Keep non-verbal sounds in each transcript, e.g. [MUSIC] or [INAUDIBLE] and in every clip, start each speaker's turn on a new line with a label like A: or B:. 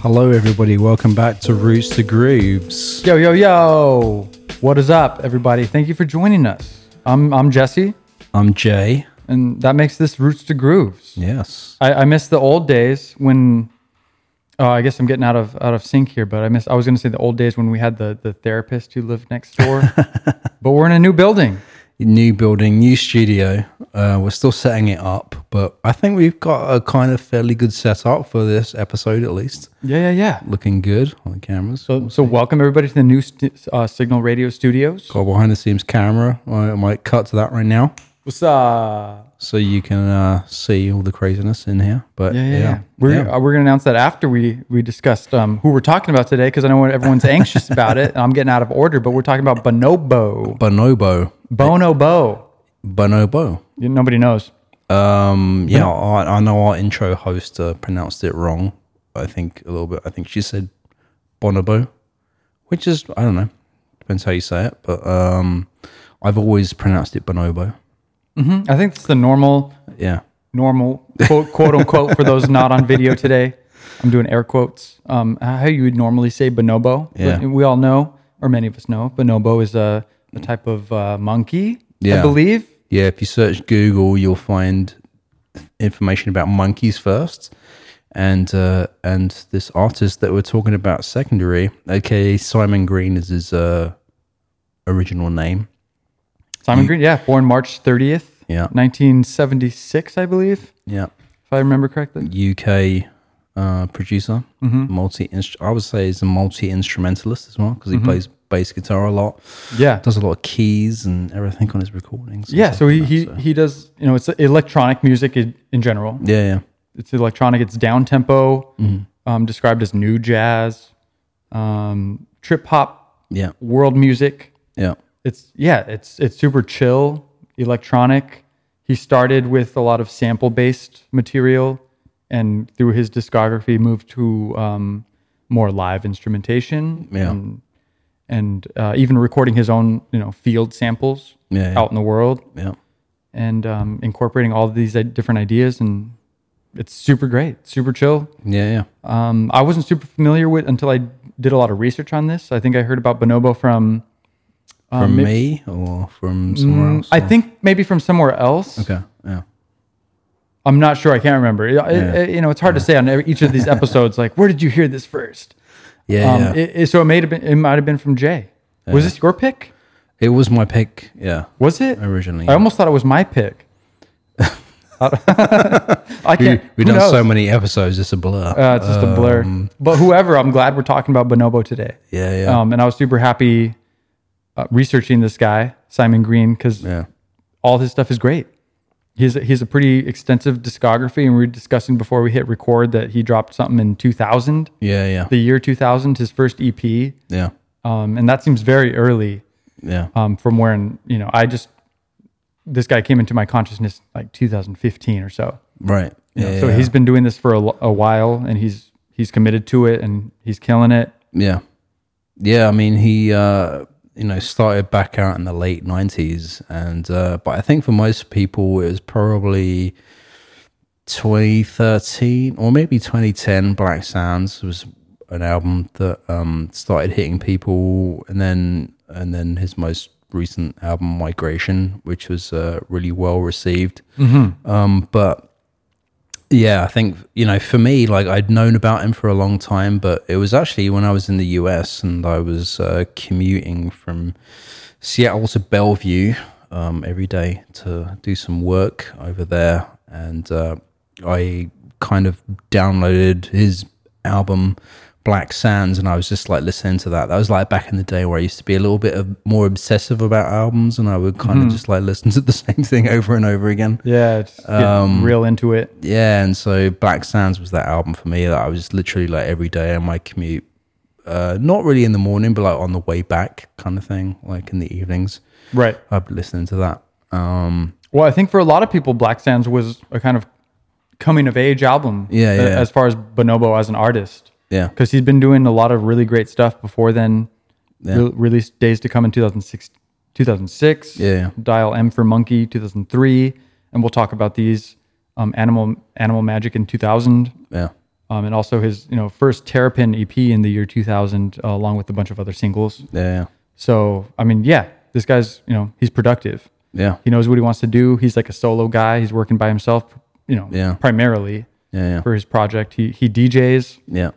A: Hello, everybody. Welcome back to Roots to Grooves.
B: Yo, yo, yo. What is up, everybody? Thank you for joining us. I'm, I'm Jesse,
A: I'm Jay.
B: and that makes this Roots to Grooves.
A: Yes.
B: I, I miss the old days when, oh, I guess I'm getting out of out of sync here, but I miss, I was going to say the old days when we had the, the therapist who lived next [LAUGHS] door, but we're in a new building.
A: New building, new studio. Uh, we're still setting it up, but I think we've got a kind of fairly good setup for this episode, at least.
B: Yeah, yeah, yeah.
A: Looking good on the cameras.
B: So, so welcome everybody to the new st- uh, Signal Radio Studios.
A: got a behind the scenes camera. I might cut to that right now
B: What's up?
A: so you can uh, see all the craziness in here. But
B: Yeah, yeah, yeah.
A: yeah.
B: We're, uh, we're going to announce that after we we discussed um, who we're talking about today because I know everyone's anxious about it and I'm getting out of order, but we're talking about Bonobo.
A: Bonobo.
B: Bonobo.
A: Bonobo.
B: You- Nobody knows.
A: Um, yeah, I, I know our intro host uh, pronounced it wrong. I think a little bit. I think she said bonobo, which is I don't know. Depends how you say it, but um, I've always pronounced it bonobo.
B: Mhm. I think it's the normal,
A: Yeah,
B: normal quote, quote unquote, for those not on video today. I'm doing air quotes. Um, how you would normally say bonobo.
A: Yeah.
B: But We all know, or many of us know, bonobo is a, a type of uh, monkey,
A: Yeah.
B: I believe.
A: yeah. If you search Google, you'll find information about monkeys first, and uh, and this artist that we're talking about secondary, aka Simon Green, is his uh, original name.
B: Simon Green, yeah, born March 30th,
A: Yeah,
B: 1976, I believe,
A: yeah.
B: if I remember correctly.
A: UK uh, producer,
B: Mm-hmm.
A: multi. I would say he's a multi instrumentalist as well because
B: Mm-hmm.
A: he plays bass guitar a lot,
B: Yeah.
A: does a lot of keys and everything on his recordings. and
B: Yeah,
A: stuff
B: so he,
A: like
B: he, he does, you know, it's electronic music in, in general.
A: that. yeah, yeah,
B: It's electronic, it's down tempo,
A: Mm-hmm.
B: um, described as new jazz, um, trip hop,
A: yeah,
B: world music.
A: yeah,
B: It's, yeah, it's, it's super chill, electronic. He started with a lot of sample based material and through his discography moved to um, more live instrumentation
A: Yeah.
B: and, and uh, even recording his own, you know, field samples
A: yeah, yeah.
B: out in the world
A: yeah.
B: and um, incorporating all these uh, different ideas and it's super great super chill
A: Yeah, yeah.
B: um, i wasn't super familiar with until i did a lot of research on this i think i heard about bonobo from
A: From me or from somewhere else?
B: Um, Mm, i think maybe from somewhere else
A: okay. Yeah.
B: i'm not sure i can't remember It- it- it- you know it's hard to say on every, each of these episodes like where did you hear this first
A: Yeah,
B: um,
A: yeah. It,
B: it, it- so it may have been it might have been from jay was this your pick
A: was my pick. Yeah,
B: was it
A: originally.
B: i almost thought it was my
A: [LAUGHS]
B: pick I
A: we,
B: can't.
A: we've
B: who
A: done
B: knows?
A: so many episodes. It's a blur.
B: Uh, it's just a blur. But whoever, I'm glad we're talking about Bonobo today.
A: yeah, Um, yeah,
B: Um, and I was super happy uh, researching this guy, Simon Green, because
A: yeah,
B: all his stuff is great. He's a, he's a pretty extensive discography, and we were discussing before we hit record that he dropped something in 2000,
A: yeah, yeah,
B: the year 2000, his first EP,
A: yeah,
B: um, and that seems very early
A: yeah.
B: um, from when you know I just this guy came into my consciousness like 2015 or so.
A: Right.
B: you know.
A: Yeah,
B: so
A: yeah,
B: he's been doing this for a, lo- a while, and he's he's committed to it, and he's killing it.
A: Yeah. Yeah, I mean he uh you know started back out in the late 90s and uh but I think for most people it was probably 2013 or maybe 2010 Black Sounds was an album that um started hitting people and then and then his most recent album Migration which was uh, really well received. Um but yeah, I think you know, for me, like I'd known about him for a long time, but it was actually when I was in the US and I was uh, commuting from Seattle to Bellevue um, every day to do some work over there, and uh, I kind of downloaded his album Black Sands, and I was just like listening to that. That was like back in the day where I used to be a little bit of more obsessive about albums, and I would kind of just like listen to the [LAUGHS] same thing over and over again.
B: Yeah, just get
A: Um,
B: real into it.
A: Yeah, and so Black Sands was that album for me that I was literally like every day on my commute. Uh, not really in the morning, but like on the way back, kind of thing. Like in the evenings,
B: Right.
A: I'd be listening to that. Um,
B: Well, I think for a lot of people, Black Sands was a kind of coming of age album.
A: Yeah,
B: a-
A: yeah.
B: As far as Bonobo as an artist,
A: yeah,
B: because he's been doing a lot of really great stuff before then.
A: Yeah.
B: Re- released Days to Come in 2006, 2006.
A: Yeah, yeah.
B: Dial M for Monkey 2003, and we'll talk about these. Um, Animal Animal Magic in 2000.
A: yeah,
B: um, and also his you know first Terrapin EP in the year 2000, uh, along with a bunch of other singles.
A: Yeah.
B: So I mean, yeah, this guy's you know he's productive.
A: Yeah.
B: He knows what he wants to do. He's like a solo guy. He's working by himself, you know,
A: Yeah.
B: primarily
A: Yeah.
B: for his project. He he DJs,
A: Yeah.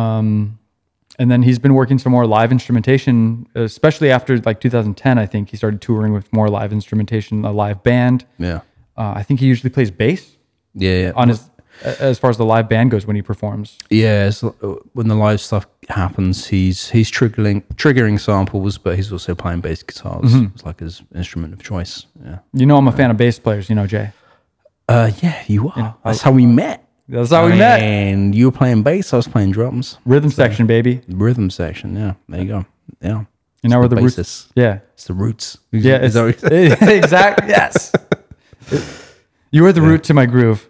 B: and then he's been working some more live instrumentation, especially after like 2010. I think he started touring with more live instrumentation, a live band.
A: Yeah.
B: Uh, I think he usually plays bass
A: Yeah. Yeah.
B: on his a- as far as the live band goes when he performs.
A: Yeah, it's, l- uh, when the live stuff happens, he's he's triggering triggering samples, but he's also playing bass guitars.
B: Mm-hmm.
A: It's like his instrument of choice. Yeah,
B: You know, I'm a fan of bass players. You know, Jay.
A: uh, yeah, you are. That's how we met.
B: That's how we met.
A: And you were playing bass, I was playing drums.
B: Rhythm section, baby.
A: Rhythm section. Yeah, there you go. Yeah,
B: You know where the, roots.
A: basis.
B: Yeah,
A: It's the roots.
B: yeah.
A: Is that what you said?
B: [LAUGHS] exactly. Yes. You were the root to my groove.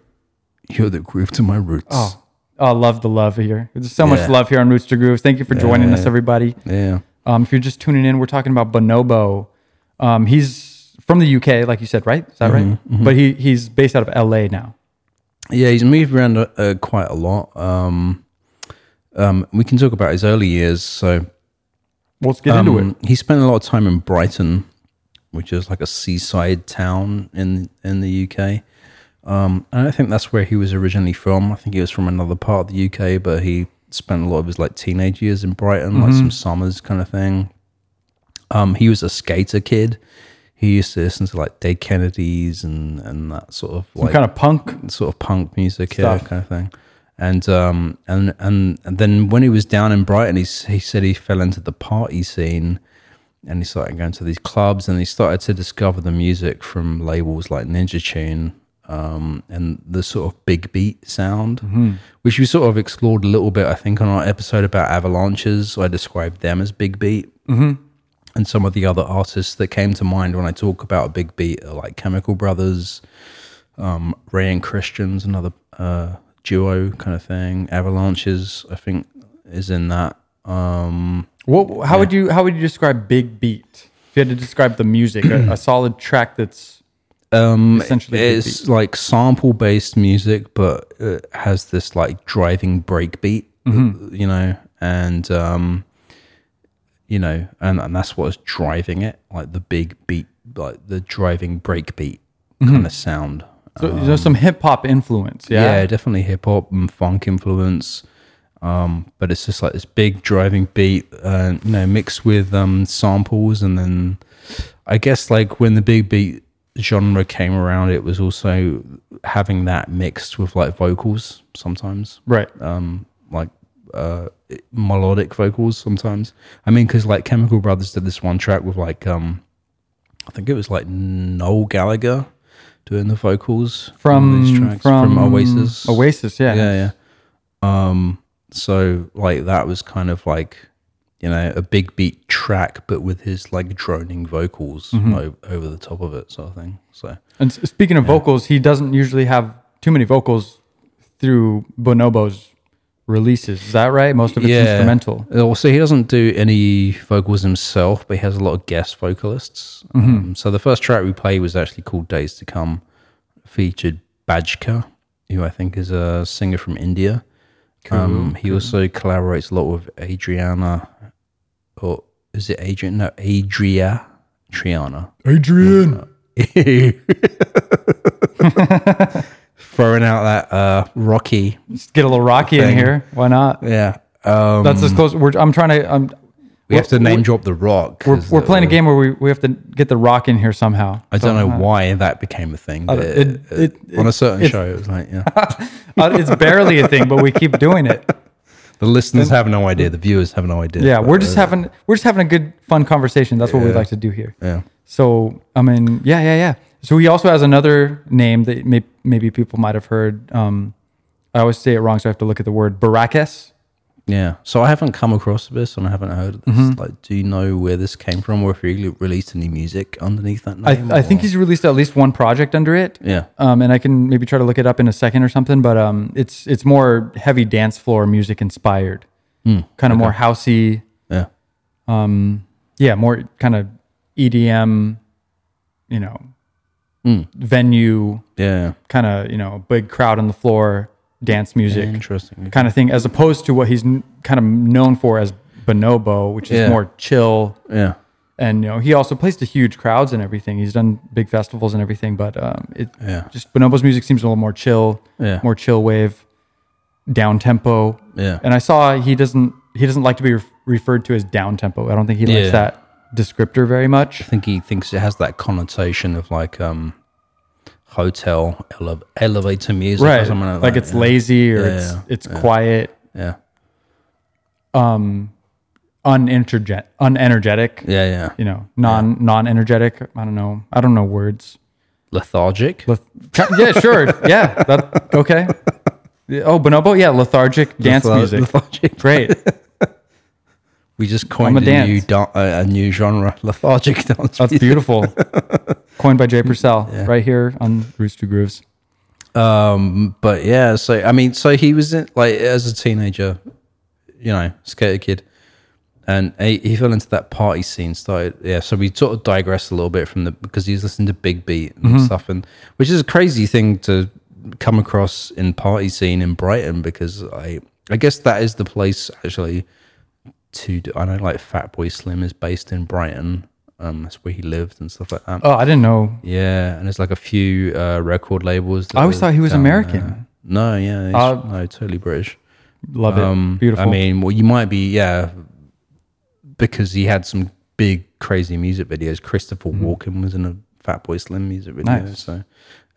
A: You're the groove to my roots.
B: Oh, I love the love here. There's so much
A: Yeah.
B: love here on Roots to Grooves. Thank you for joining us, everybody.
A: Yeah,
B: Um, if you're just tuning in, we're talking about Bonobo. Um, he's from the UK, like you said, right? Is that right? But he he's based out of LA now.
A: yeah. He's moved around uh, quite a lot. Um, um, we can talk about his early years. So
B: Well, let's get into it.
A: Um, He spent a lot of time in Brighton, which is like a seaside town in in the UK. Um, and I think that's where he was originally from. I think he was from another part of the UK, but he spent a lot of his like teenage years in Brighton,
B: Mm-hmm.
A: like some summers kind of thing. Um, he was a skater kid. He used to listen to like Dead Kennedys and and that sort of like
B: kind of punk.
A: sort of punk music yeah,
B: Stuff.
A: kind of thing. And um and, and and then when he was down in Brighton, he s- he said he fell into the party scene, and he started going to these clubs, and he started to discover the music from labels like Ninja Tune, um, and the sort of big beat sound, which we sort of explored a little bit, I think, on our episode about Avalanches. I described them as big beat, and some of the other artists that came to mind when I talk about a big beat are like Chemical Brothers, um, Ray and Christians, another uh, duo kind of thing. Avalanches, I think, is in that. Um,
B: What, how would you how would you describe big beat? If you had to describe the music, a, a solid track that's um, essentially big beat.
A: it's like sample based music, but it has this like driving break beat, you know, and um, you know, and, and that's what's driving it, like the big beat, like the driving break beat kind of sound.
B: So, there's some hip hop influence.
A: yeah,
B: Yeah.
A: definitely hip hop and funk influence. Um, but it's just like this big driving beat, uh, you know, mixed with um, samples, and then I guess like when the big beat genre came around, it was also having that mixed with like vocals sometimes,
B: Right.
A: um, like uh, melodic vocals sometimes. I mean, because like Chemical Brothers did this one track with like um, I think it was like Noel Gallagher doing the vocals on these
B: From,
A: tracks
B: from
A: Oasis.
B: Oasis. Yeah.
A: Yeah, yeah. Um, so like that was kind of like you know a big beat track, but with his like droning vocals o- over the top of it, sort of thing. So
B: And s- speaking of vocals, he doesn't usually have too many vocals through Bonobo's releases. Is that right? Most of it's instrumental.
A: Also, Uh, he doesn't do any vocals himself, but he has a lot of guest vocalists.
B: Mm-hmm.
A: Um, so the first track we played was actually called "Days to Come," featured Bajka, who I think is a singer from India. Um, he also collaborates a lot with Adriana, or is it Adrian? No, Adria
B: [LAUGHS]
A: Triana. Uh,
B: Adrian.
A: Throwing out that uh, Rocky.
B: Let's get a little rocky in here. Why not?
A: Yeah. Um,
B: That's as close. We're, I'm trying to. I'm,
A: we have to name drop the rock.
B: we're,
A: 'cause
B: we're
A: that
B: playing a
A: was-
B: game where we, we have to get the rock in here somehow.
A: I don't know why that became a thing. But
B: don't- Uh-huh. Uh, it-
A: it-
B: it-
A: on a certain show, it was like,
B: [LAUGHS]
A: yeah.
B: Uh, it's barely a thing, but we keep doing it.
A: The listeners have no idea. The viewers have no idea.
B: Yeah,
A: but,
B: we're
A: [LAUGHS]
B: just
A: uh,
B: having we're just having a good fun conversation. That's what we like to do here.
A: Yeah.
B: So I mean, yeah, yeah, yeah. So he also has another name that may, maybe people might have heard. Um, I always say it wrong, so I have to look at the word Barakes.
A: Yeah. So I haven't come across this and I haven't heard of this.
B: Mm-hmm.
A: Like, do you know where this came from or if he re- released any music underneath that
B: I,
A: name?
B: I think he's released at least one project under it.
A: Yeah.
B: Um, and I can maybe try to look it up in a second or something. But um, it's it's more heavy dance floor music inspired, kind of more housey.
A: Yeah.
B: yeah, more kind of EDM, you know, venue
A: Yeah.
B: kind of you know big crowd on the floor dance music
A: Interesting.
B: kind of thing, as opposed to what he's n- kind of known for as Bonobo, which is
A: Yeah.
B: more chill.
A: Yeah.
B: And you know, he also plays to huge crowds and everything. He's done big festivals and everything, but um, it
A: Yeah.
B: just Bonobo's music seems a little more chill,
A: Yeah.
B: more chill wave, down tempo.
A: Yeah.
B: And I saw he doesn't he doesn't like to be re- referred to as down tempo. I don't think he likes
A: Yeah.
B: that descriptor very much.
A: I think he thinks it has that connotation of like um hotel ele- elevator music or
B: right
A: something like,
B: like,
A: that.
B: it's lazy or it's
A: Yeah,
B: it's quiet
A: yeah.
B: uninterget unenergetic
A: Yeah, yeah.
B: you know non non-energetic i don't know i don't know words
A: Lethargic.
B: Leth- yeah
A: [LAUGHS]
B: sure yeah that, okay Yeah, oh bonobo yeah lethargic dance
A: Lethar-
B: music
A: Lethargic.
B: great
A: We just coined a,
B: dance.
A: new da- a, a new genre, [LAUGHS] lethargic dance. [LAUGHS]
B: that's
A: music.
B: beautiful coined by jay purcell right here on rooster grooves
A: Um, but yeah, so I mean, so he was in, like as a teenager, you know, skater kid, and he, he fell into that party scene. Started, yeah. So we sort of digressed a little bit from the because he was listening to Big Beat and
B: Mm-hmm.
A: stuff, and which is a crazy thing to come across in party scene in Brighton because I I guess that is the place actually to do, I know like Fatboy Slim is based in Brighton. Um, that's where he lived and stuff like that.
B: oh i didn't know
A: Yeah, and there's like a few uh, record labels. That
B: I always
A: were
B: thought he was
A: down
B: American.
A: there. No, yeah, he's,
B: Uh,
A: no, totally British.
B: love it beautiful
A: Um, I mean, well, you might be, yeah, because he had some big crazy music videos. Christopher Walken was in a Fatboy Slim music video,
B: Mm-hmm. Nice.
A: so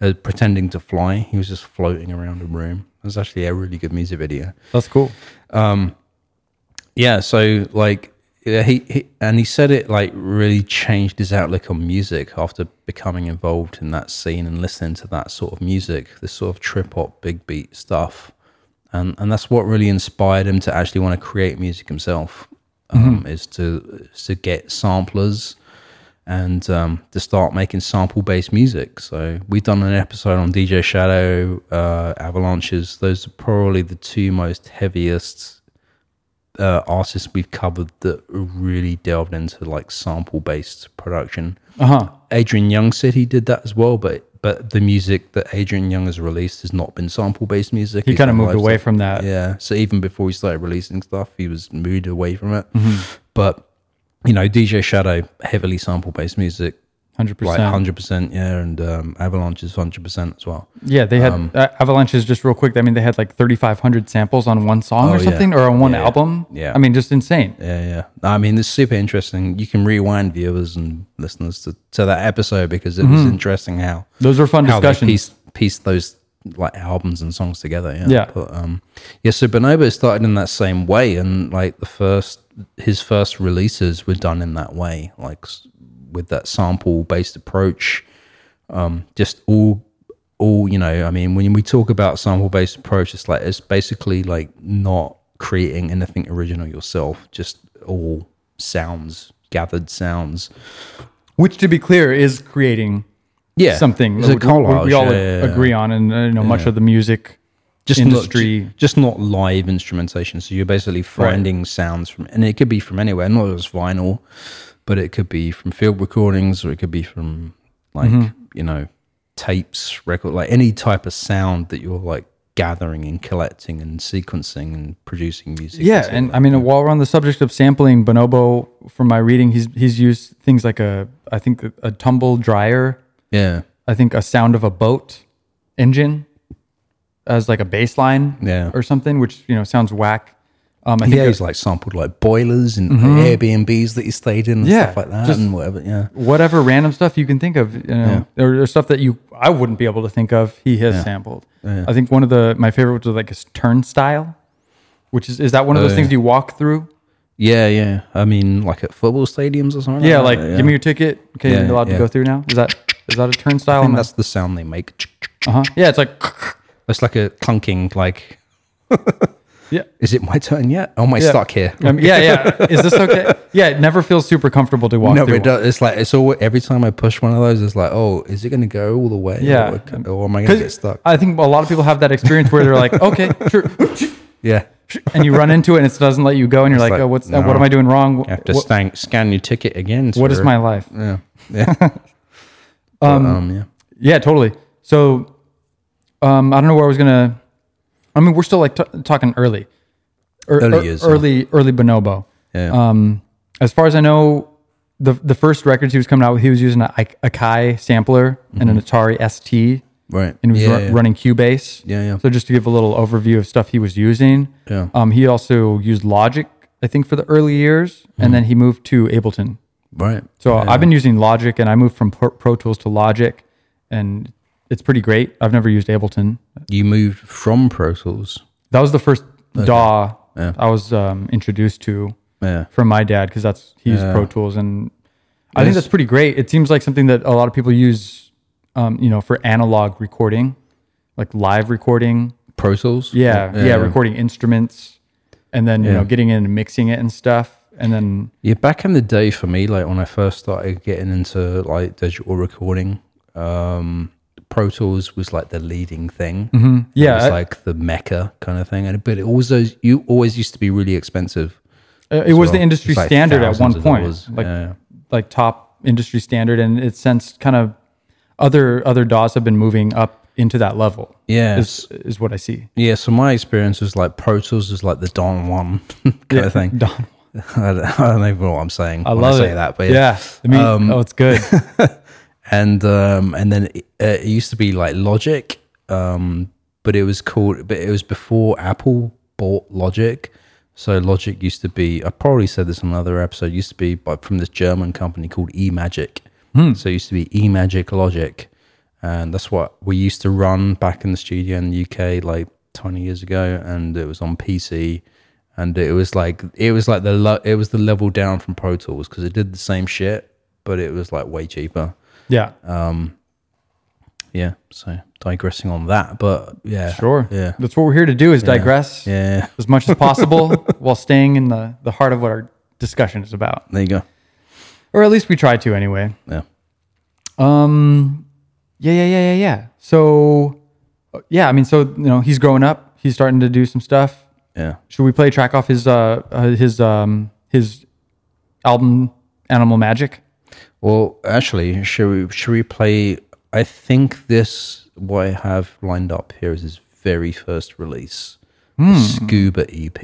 A: uh, pretending to fly, he was just floating around a room. It was actually a really good music video.
B: that's cool
A: Yeah, so like yeah, he, he and he said it like really changed his outlook on music after becoming involved in that scene and listening to that sort of music, this sort of trip hop, big beat stuff, and and that's what really inspired him to actually want to create music himself. Um, Is to is to get samplers and um, to start making sample based music. So we've done an episode on DJ Shadow, uh, Avalanches. Those are probably the two most heaviest uh, artists we've covered that really delved into like sample based production.
B: uh-huh
A: Adrian Young said he did that as well, but but the music that Adrian Young has released has not been sample based music.
B: he
A: He's
B: kind of
A: done
B: moved
A: live
B: away
A: stuff.
B: from that
A: Yeah. So even before he started releasing stuff, he was moved away from it.
B: Mm-hmm.
A: But you know, DJ Shadow heavily sample based music,
B: 100%
A: like hundred percent, yeah, and um, Avalanche is hundred percent as well.
B: Yeah, they had
A: um,
B: uh, Avalanches just real quick. I mean, they had like 3,500 samples on one song
A: Oh,
B: or
A: yeah.
B: something, or on one
A: Yeah, yeah.
B: album.
A: Yeah.
B: I mean, just insane.
A: Yeah, yeah. I mean, it's super interesting. You can rewind viewers and listeners to, to that episode because it was interesting how
B: Those were fun
A: how they
B: discussions.
A: piece piece those like albums and songs together. Yeah.
B: Yeah.
A: But um, yeah. So Bonobo started in that same way, and like the first his first releases were done in that way, like s- with that sample based approach. Um, just all all you know. I mean, when we talk about sample based approach, it's like it's basically like not creating anything original yourself, just all sounds gathered sounds
B: Which, to be clear, is creating
A: yeah
B: something
A: it's a
B: that we- we-
A: collage
B: we all
A: yeah, yeah, yeah.
B: agree on, and uh, you know, much of the music.
A: just
B: industry.
A: not, ju- just not live instrumentation. So you're basically finding sounds from, and it could be from anywhere, not just vinyl, but it could be from field recordings, or it could be from like
B: Mm-hmm.
A: you know tapes, record, like any type of sound that you're like gathering and collecting and sequencing and producing music.
B: Yeah, and I mean, while we're on the subject of sampling, Bonobo, from my reading, he's he's used things like a, I think, a, a tumble dryer,
A: yeah,
B: I think, a sound of a boat engine as like a bass line
A: Yeah.
B: or something, which you know sounds whack. Um, I think
A: yeah, he's like sampled like boilers and Airbnbs that he stayed in and
B: Mm-hmm. Yeah,
A: stuff like that
B: just-
A: and whatever. Yeah,
B: whatever random stuff you can think of, you know, or, or stuff that you I wouldn't be able to think of. He has sampled. I think one of the my favorite was like his turnstile, which is is that
A: Oh,
B: one of those things you walk through?
A: yeah, yeah. I mean, like at football stadiums or something.
B: Yeah,
A: that,
B: like give me your ticket. Okay,
A: Yeah,
B: you're allowed
A: yeah.
B: to go through now. Is that is that a turnstile?
A: I think
B: Am I-
A: that's the sound they make.
B: uh-huh. Yeah, it's like [LAUGHS]
A: It's like a clunking, like,
B: yeah.
A: is it my turn yet? Oh, am I
B: yeah.
A: stuck here?
B: Um, yeah, yeah. Is this okay? Yeah, it never feels super comfortable to walk
A: No, but
B: through.
A: it does, it's like, it's all, every time I push one of those, it's like, oh, is it going to go all the way?
B: Yeah.
A: Or, can- or am I going to get stuck?
B: I think a lot of people have that experience where they're like, [LAUGHS] okay, sure,
A: yeah.
B: and you run into it and it doesn't let you go, and you're like,
A: like,
B: oh, what's
A: no.
B: what am I doing wrong?
A: You have to
B: What-
A: stank, scan your ticket again.
B: what is
A: sir.
B: my life? [LAUGHS]
A: Yeah. Yeah. But, um, yeah.
B: Yeah, totally. So, um, I don't know where I was gonna I mean, we're still like t- talking early, Ear-
A: Early
B: ear-
A: years, yeah.
B: early, early Bonobo.
A: Yeah.
B: Um, as far as I know, the the first records he was coming out with, he was using a I- Akai sampler and an Atari ST,
A: right.
B: and he was
A: Mm-hmm. yeah,
B: ru-
A: yeah.
B: running Cubase.
A: Yeah, yeah.
B: So just to give a little overview of stuff he was using,
A: Yeah.
B: um, he also used Logic, I think, for the early years,
A: Mm-hmm.
B: and then he moved to Ableton.
A: Right.
B: So I've been using Logic, and I moved from Pro, Pro Tools to Logic, and it's pretty great. I've never used Ableton.
A: You moved from Pro Tools.
B: That was the first DAW
A: Yeah.
B: I was um, introduced to
A: Yeah.
B: from my dad because that's he used
A: Yeah.
B: Pro Tools, and I think
A: Yes.
B: that's pretty great. It seems like something that a lot of people use, um, you know, for analog recording, like live recording.
A: Pro Tools?
B: Yeah, yeah, recording instruments, and then you know, getting in and mixing it and stuff, and then
A: Yeah, back in the day for me, like when I first started getting into like digital recording, um, Pro Tools was like the leading thing.
B: Mm-hmm. yeah,
A: it was
B: I-
A: like the mecca kind of thing, and but it also you always used to be really expensive.
B: Uh, it was
A: well.
B: the industry
A: It's like
B: standard at
A: thousands
B: one
A: of
B: point,
A: dollars.
B: like
A: Yeah.
B: like top industry standard, and it's since kind of other other DAWs have been moving up into that level.
A: Yes,
B: is, is what I see.
A: yeah. So my experience was like Pro Tools was like the Don one [LAUGHS] kind of
B: [LAUGHS]
A: thing.
B: Don-
A: I don't, I don't even know what I'm saying.
B: I
A: when
B: love
A: I say
B: it.
A: that, but
B: yeah, I mean,
A: Um,
B: oh, it's
A: [LAUGHS]
B: good.
A: and um, and then it, uh, it used to be like Logic, um, but it was called, but it was before Apple bought Logic. So Logic used to be, I probably said this on another episode, used to be by, from this German company called eMagic. So it used to be eMagic Logic, and that's what we used to run back in the studio in the UK like 20 years ago, and it was on PC. And it was like it was like the lo- it was the level down from Pro Tools because it did the same shit, but it was like way cheaper
B: Yeah,
A: Uh, yeah so digressing on that but yeah
B: sure.
A: yeah
B: that's what we're here to do is digress
A: yeah
B: as much as possible
A: [LAUGHS]
B: while staying in the the heart of what our discussion is about,
A: there you go
B: or at least we try to anyway.
A: yeah
B: Um, yeah, yeah, yeah, yeah, yeah. So, uh, yeah, I mean, so you know, he's growing up. He's starting to do some stuff.
A: yeah
B: Should we play a track off his uh, uh his um his album Animal Magic?
A: well actually should we should we play i think this what i have lined up here is his very first release the scuba ep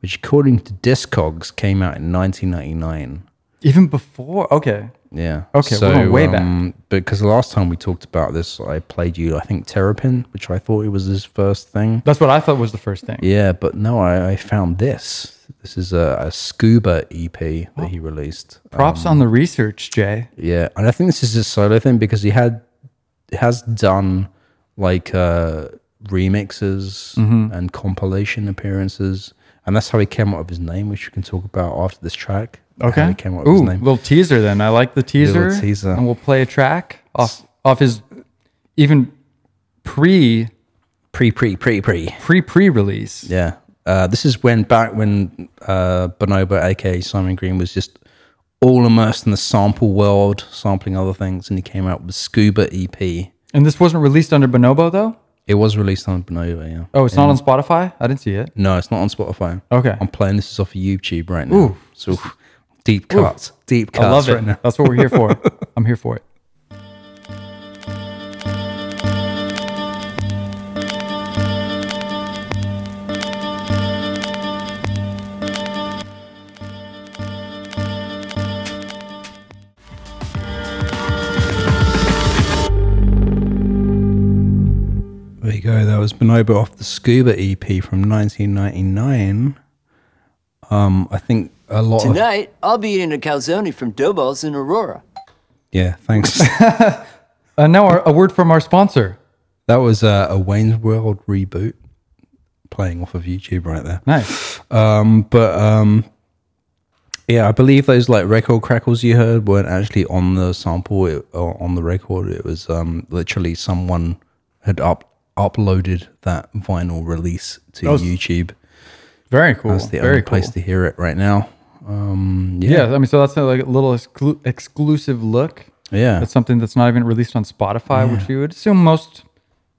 A: which according to discogs came out in 1999
B: Even before, okay,
A: yeah
B: Okay, we're going way back.
A: back because the last time we talked about this i played you i think terrapin which i thought it was his first thing
B: that's what I thought was the first thing.
A: Yeah, but no, I, I found this. This is a, a scuba EP that
B: Oh.
A: he released.
B: Props on the research, Jay.
A: Yeah, and I think this is a solo thing because he had has done like uh, remixes
B: Mm-hmm.
A: and compilation appearances, and that's how he came up with his name, which we can talk about after this track.
B: Okay,
A: how he came up with
B: Ooh,
A: his name.
B: little teaser. Then I like the teaser.
A: Little teaser.
B: and we'll play a track off off his even pre
A: Pre, pre, pre, pre.
B: pre pre release.
A: Yeah. Uh, this is when back when uh, Bonobo, aka Simon Green, was just all immersed in the sample world, sampling other things, and he came out with Scuba EP.
B: And this wasn't released under Bonobo though.
A: It was released on Bonobo, yeah.
B: Oh, it's not on Spotify. I didn't see it.
A: No, it's not on Spotify.
B: Okay.
A: I'm playing this is off of YouTube right now. So deep cuts, deep cuts
B: I love
A: right
B: it.
A: now.
B: That's what we're here for.
A: [LAUGHS]
B: I'm here for it.
A: There you go. That was Bonobo off the Scuba EP from 1999. Um, I think a lot of
C: Tonight, I'll be eating a calzone from Dobos in Aurora.
A: yeah. Thanks. [LAUGHS]
B: Uh, now, our, a word from our sponsor.
A: that was uh, a Wayne's World reboot playing off of YouTube right there.
B: Nice.
A: Um, but um, yeah, I believe those like record crackles you heard weren't actually on the sample it, or on the record. It was um, literally someone had up uploaded that vinyl release to YouTube.
B: Very cool.
A: That's the
B: Very
A: only
B: cool.
A: place to hear it right now. Um, yeah,
B: yeah. I mean, so that's uh, like a little exclu- exclusive look.
A: yeah,
B: That's something that's not even released on Spotify, which you would assume most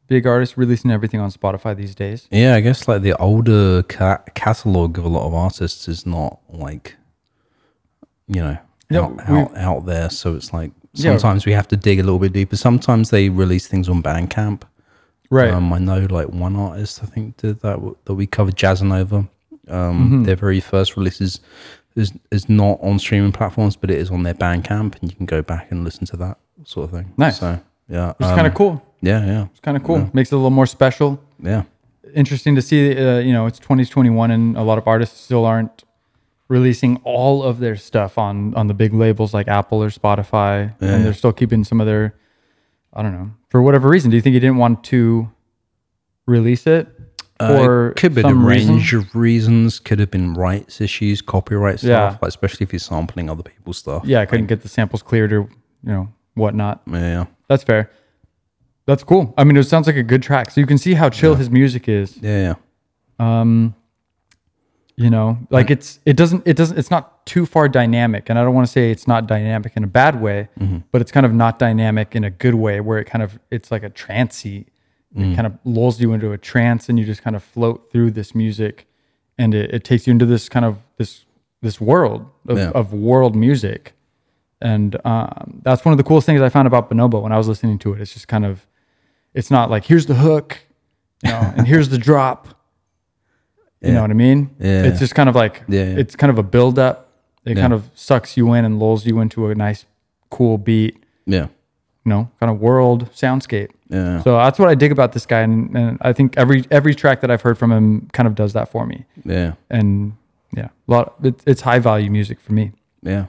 B: big artists releasing everything on Spotify these days.
A: yeah. I guess like the older ca- catalog of a lot of artists is not like you know
B: No,
A: out, out, out there. So it's like
B: Yeah.
A: sometimes we have to dig a little bit deeper. Sometimes they release things on Bandcamp.
B: Right.
A: Um, I know like one artist I think did that w- that we covered Jazzanova. Um,
B: Mm-hmm.
A: Their very first releases is is not on streaming platforms, but it is on their Bandcamp, and you can go back and listen to that sort of thing.
B: Nice.
A: So yeah,
B: It's
A: um,
B: kind of cool.
A: yeah, yeah,
B: It's kind of cool. Makes it a little more special.
A: yeah.
B: Interesting to see. Uh, you know, it's 2021, and a lot of artists still aren't releasing all of their stuff on on the big labels like Apple or Spotify, and they're still keeping some of their. I don't know for whatever reason. Do you think he didn't want to release it?
A: Uh, it
B: Or
A: could be a range of reasons. Could have been rights issues, copyright stuff,
B: Yeah.
A: like, especially if you're sampling other people's stuff.
B: Yeah, I couldn't get the samples cleared or you know whatnot.
A: yeah,
B: That's fair. That's cool. I mean, it sounds like a good track. So you can see how chill his music is.
A: yeah, yeah.
B: you know like it's it doesn't it doesn't it's not too far dynamic and i don't want to say it's not dynamic in a bad way but it's kind of not dynamic in a good way where it kind of it's like a trancey it kind of lulls you into a trance and you just kind of float through this music and it, it takes you into this kind of this this world of,
A: Yeah.
B: of world music and um, that's one of the coolest things i found about bonobo when i was listening to it it's just kind of it's not like here's the hook you know, and here's the drop you know what I mean?
A: Yeah.
B: It's just kind of like
A: Yeah, yeah.
B: it's kind of a build up. It kind of sucks you in and lulls you into a nice, cool beat, you
A: yeah.
B: know, kind of world soundscape.
A: Yeah.
B: So that's what I dig about this guy, and, and I think every every track that I've heard from him kind of does that for me.
A: Yeah.
B: And yeah, a lot. It, it's high value music for me.
A: Yeah.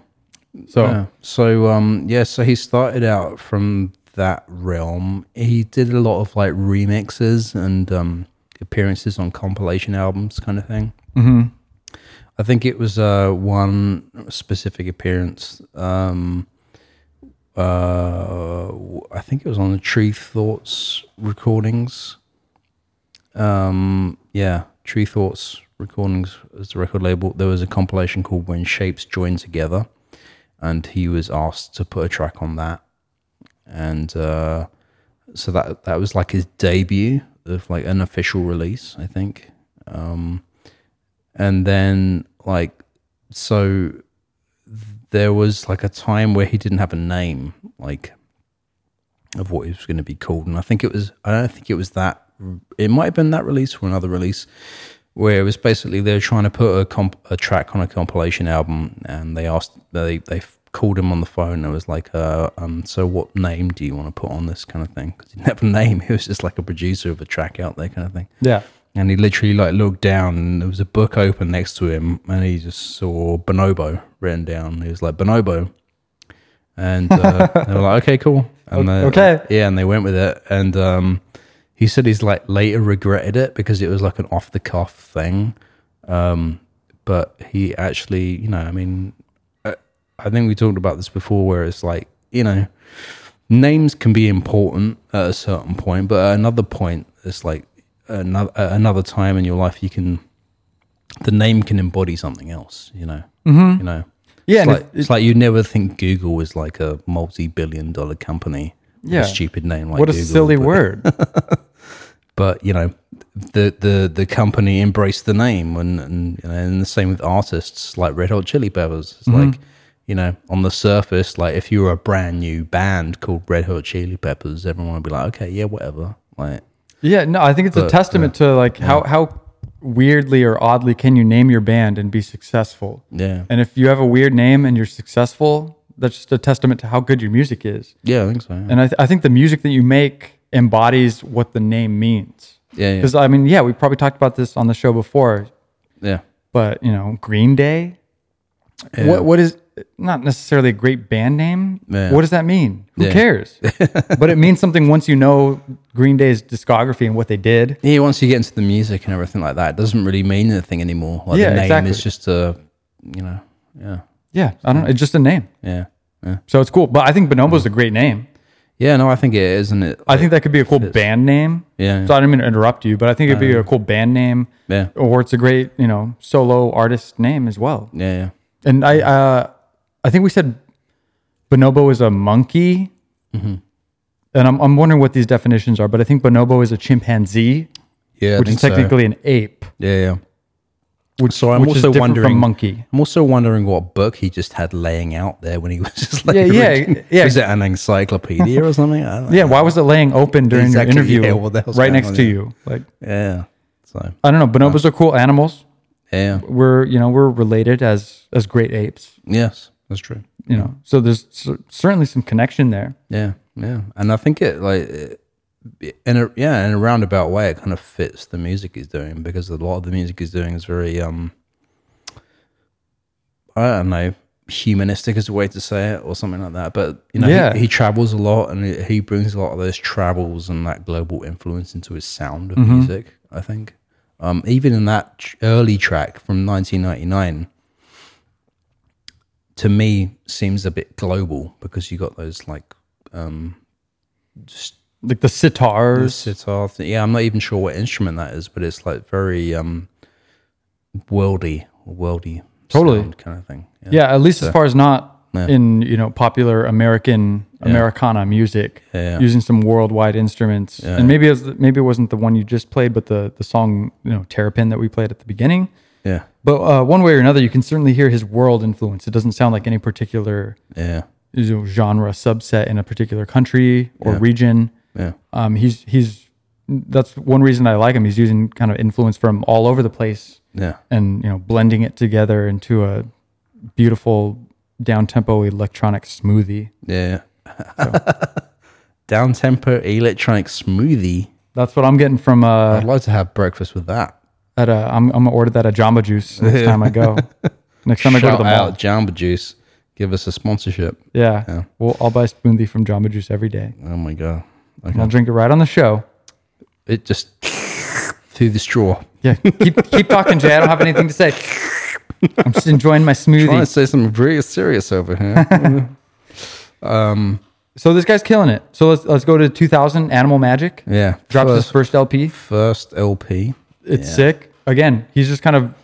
B: So
A: Yeah. So um yeah, so he started out from that realm. He did a lot of like remixes and um appearances on compilation albums kind of thing. Mm-hmm. I think it was uh one specific appearance. Um uh I think it was on the Tree Thoughts recordings. Um yeah, Tree Thoughts recordings as the record label. There was a compilation called When Shapes Join Together and he was asked to put a track on that and uh so that that was like his debut of like an official release i think um and then like so there was like a time where he didn't have a name like of what he was going to be called and i think it was i don't think it was that it might have been that release or another release where it was basically they were trying to put a comp a track on a compilation album and they asked they they called him on the phone and was like uh um so what name do you want to put on this kind of thing because he didn't have a name [LAUGHS] he was just like a producer of a track out there kind of thing
B: yeah,
A: and he literally like looked down and there was a book open next to him and he just saw bonobo written down he was like bonobo and uh, they were like okay cool and they-
B: Okay.
A: yeah and they went with it and um he said he's like later regretted it because it was like an off the cuff thing um but he actually you know i mean uh, i think we talked about this before where it's like you know names can be important at a certain point, but at another point, it's like another at another time in your life, you can the name can embody something else. You know, mm-hmm. you know. it's
B: Yeah, and
A: like,
B: if-
A: it's like you never think Google is like a multi-billion-dollar company. with
B: Yeah.
A: a stupid name like
B: what a
A: Google,
B: silly
A: but-
B: word.
A: but you know the the the company embraced the name and and, you know, and the same with artists like red hot chili peppers it's
B: Mm-hmm.
A: like you know on the surface like if you were a brand new band called red hot chili peppers everyone would be like okay yeah whatever like
B: yeah, no, I think it's a testament to like how how weirdly or oddly can you name your band and be successful.
A: yeah
B: And if you have a weird name and you're successful, that's just a testament to how good your music is.
A: yeah i think so yeah.
B: And I, th- I think the music that you make embodies what the name means.
A: Yeah, yeah.
B: Because I mean, yeah, we probably talked about this on the show before,
A: yeah
B: but you know, Green Day. What what is not necessarily a great band name?
A: Yeah.
B: What does that mean? Who
A: Yeah. [LAUGHS]
B: cares? but it means something once you know Green Day's discography and what they did.
A: yeah once you get into the music and everything like that it doesn't really mean anything anymore like
B: Yeah,
A: the name
B: exactly.
A: is just a you know yeah
B: Yeah, I don't know. It's just a name,
A: yeah yeah
B: so it's cool. But I think Bonobo's a
A: Mm.
B: great name.
A: yeah no i think it is isn't it
B: I think that could be a cool band name.
A: Yeah. Uh-huh.
B: So I didn't mean to interrupt you, but I think it'd be a cool band name.
A: Yeah.
B: Or it's a great, you know, solo artist name as well.
A: yeah yeah
B: And I, uh, I think we said bonobo is a monkey,
A: Mm-hmm.
B: and I'm, I'm wondering what these definitions are. But I think bonobo is a chimpanzee,
A: yeah I
B: which is
A: think so.
B: technically an ape.
A: yeah yeah
B: which,
A: So I'm
B: which is
A: also
B: different
A: wondering-
B: from Monkey.
A: I'm also wondering what book he just had laying out there when he [LAUGHS] was just like,
B: Yeah, yeah, yeah.
A: Is it an encyclopedia or something? I don't
B: Yeah, why was it laying open during
A: Exactly,
B: your interview
A: yeah, what the hell's
B: right
A: going
B: next
A: on
B: to
A: there?
B: you? Like,
A: know. Yeah. So,
B: I don't know. Bonobos are cool animals.
A: yeah.
B: We're, you know, we're related as as great apes,
A: Yes, that's true.
B: you know. So there's cer- certainly some connection there.
A: Yeah, yeah, and I think it like it- in a yeah in a roundabout way it kind of fits the music he's doing because a lot of the music he's doing is very um I don't know humanistic is a way to say it or something like that. But you know, he-
B: Yeah.
A: he, travels a lot and he- he brings a lot of those travels and that global influence into his sound of music. I think um even in that tr- early track from 1999 to me seems a bit global because you got those like
B: Like the
A: the
B: sitars.
A: sitar thing. Yeah, I'm not even sure what instrument that is, but it's like very um worldy, worldy,
B: Totally.
A: sound kind of thing. Yeah,
B: Yeah, at least as far as not
A: Yeah.
B: in, you know, popular American Americana music
A: Yeah, yeah.
B: using some worldwide instruments. And maybe it was, maybe it wasn't the one you just played, but the the song, you know, Terrapin that we played at the beginning.
A: yeah,
B: But uh, one way or another, you can certainly hear his world influence. It doesn't sound like any particular
A: yeah,
B: you know, genre subset in a particular country or region.
A: yeah,
B: Um, he's he's that's one reason I like him. He's using kind of influence from all over the place
A: yeah,
B: and you know blending it together into a beautiful down tempo electronic smoothie.
A: yeah. [LAUGHS] Down tempo electronic smoothie.
B: That's what I'm getting from uh
A: I'd like to have breakfast with that.
B: at a I'm I'm gonna order that at Jamba Juice next time I
A: [LAUGHS]
B: go. Next time I go to
A: Shout
B: the mall.
A: out Jamba Juice. Give us a sponsorship.
B: Yeah. Well I'll buy a smoothie from Jamba Juice every day.
A: Oh my god.
B: And I'll drink it right on the show.
A: It just [LAUGHS] through the straw.
B: Yeah. Keep keep talking, Jay. I don't have anything to say. I'm just enjoying my
A: trying to
B: smoothie.
A: say something very serious over
B: [LAUGHS]
A: here.
B: So this guy's killing it. So let's let's go to 2000 Animal Magic.
A: yeah.
B: Drops his
A: first,
B: first LP.
A: first LP.
B: It's sick. Again, he's just kind of.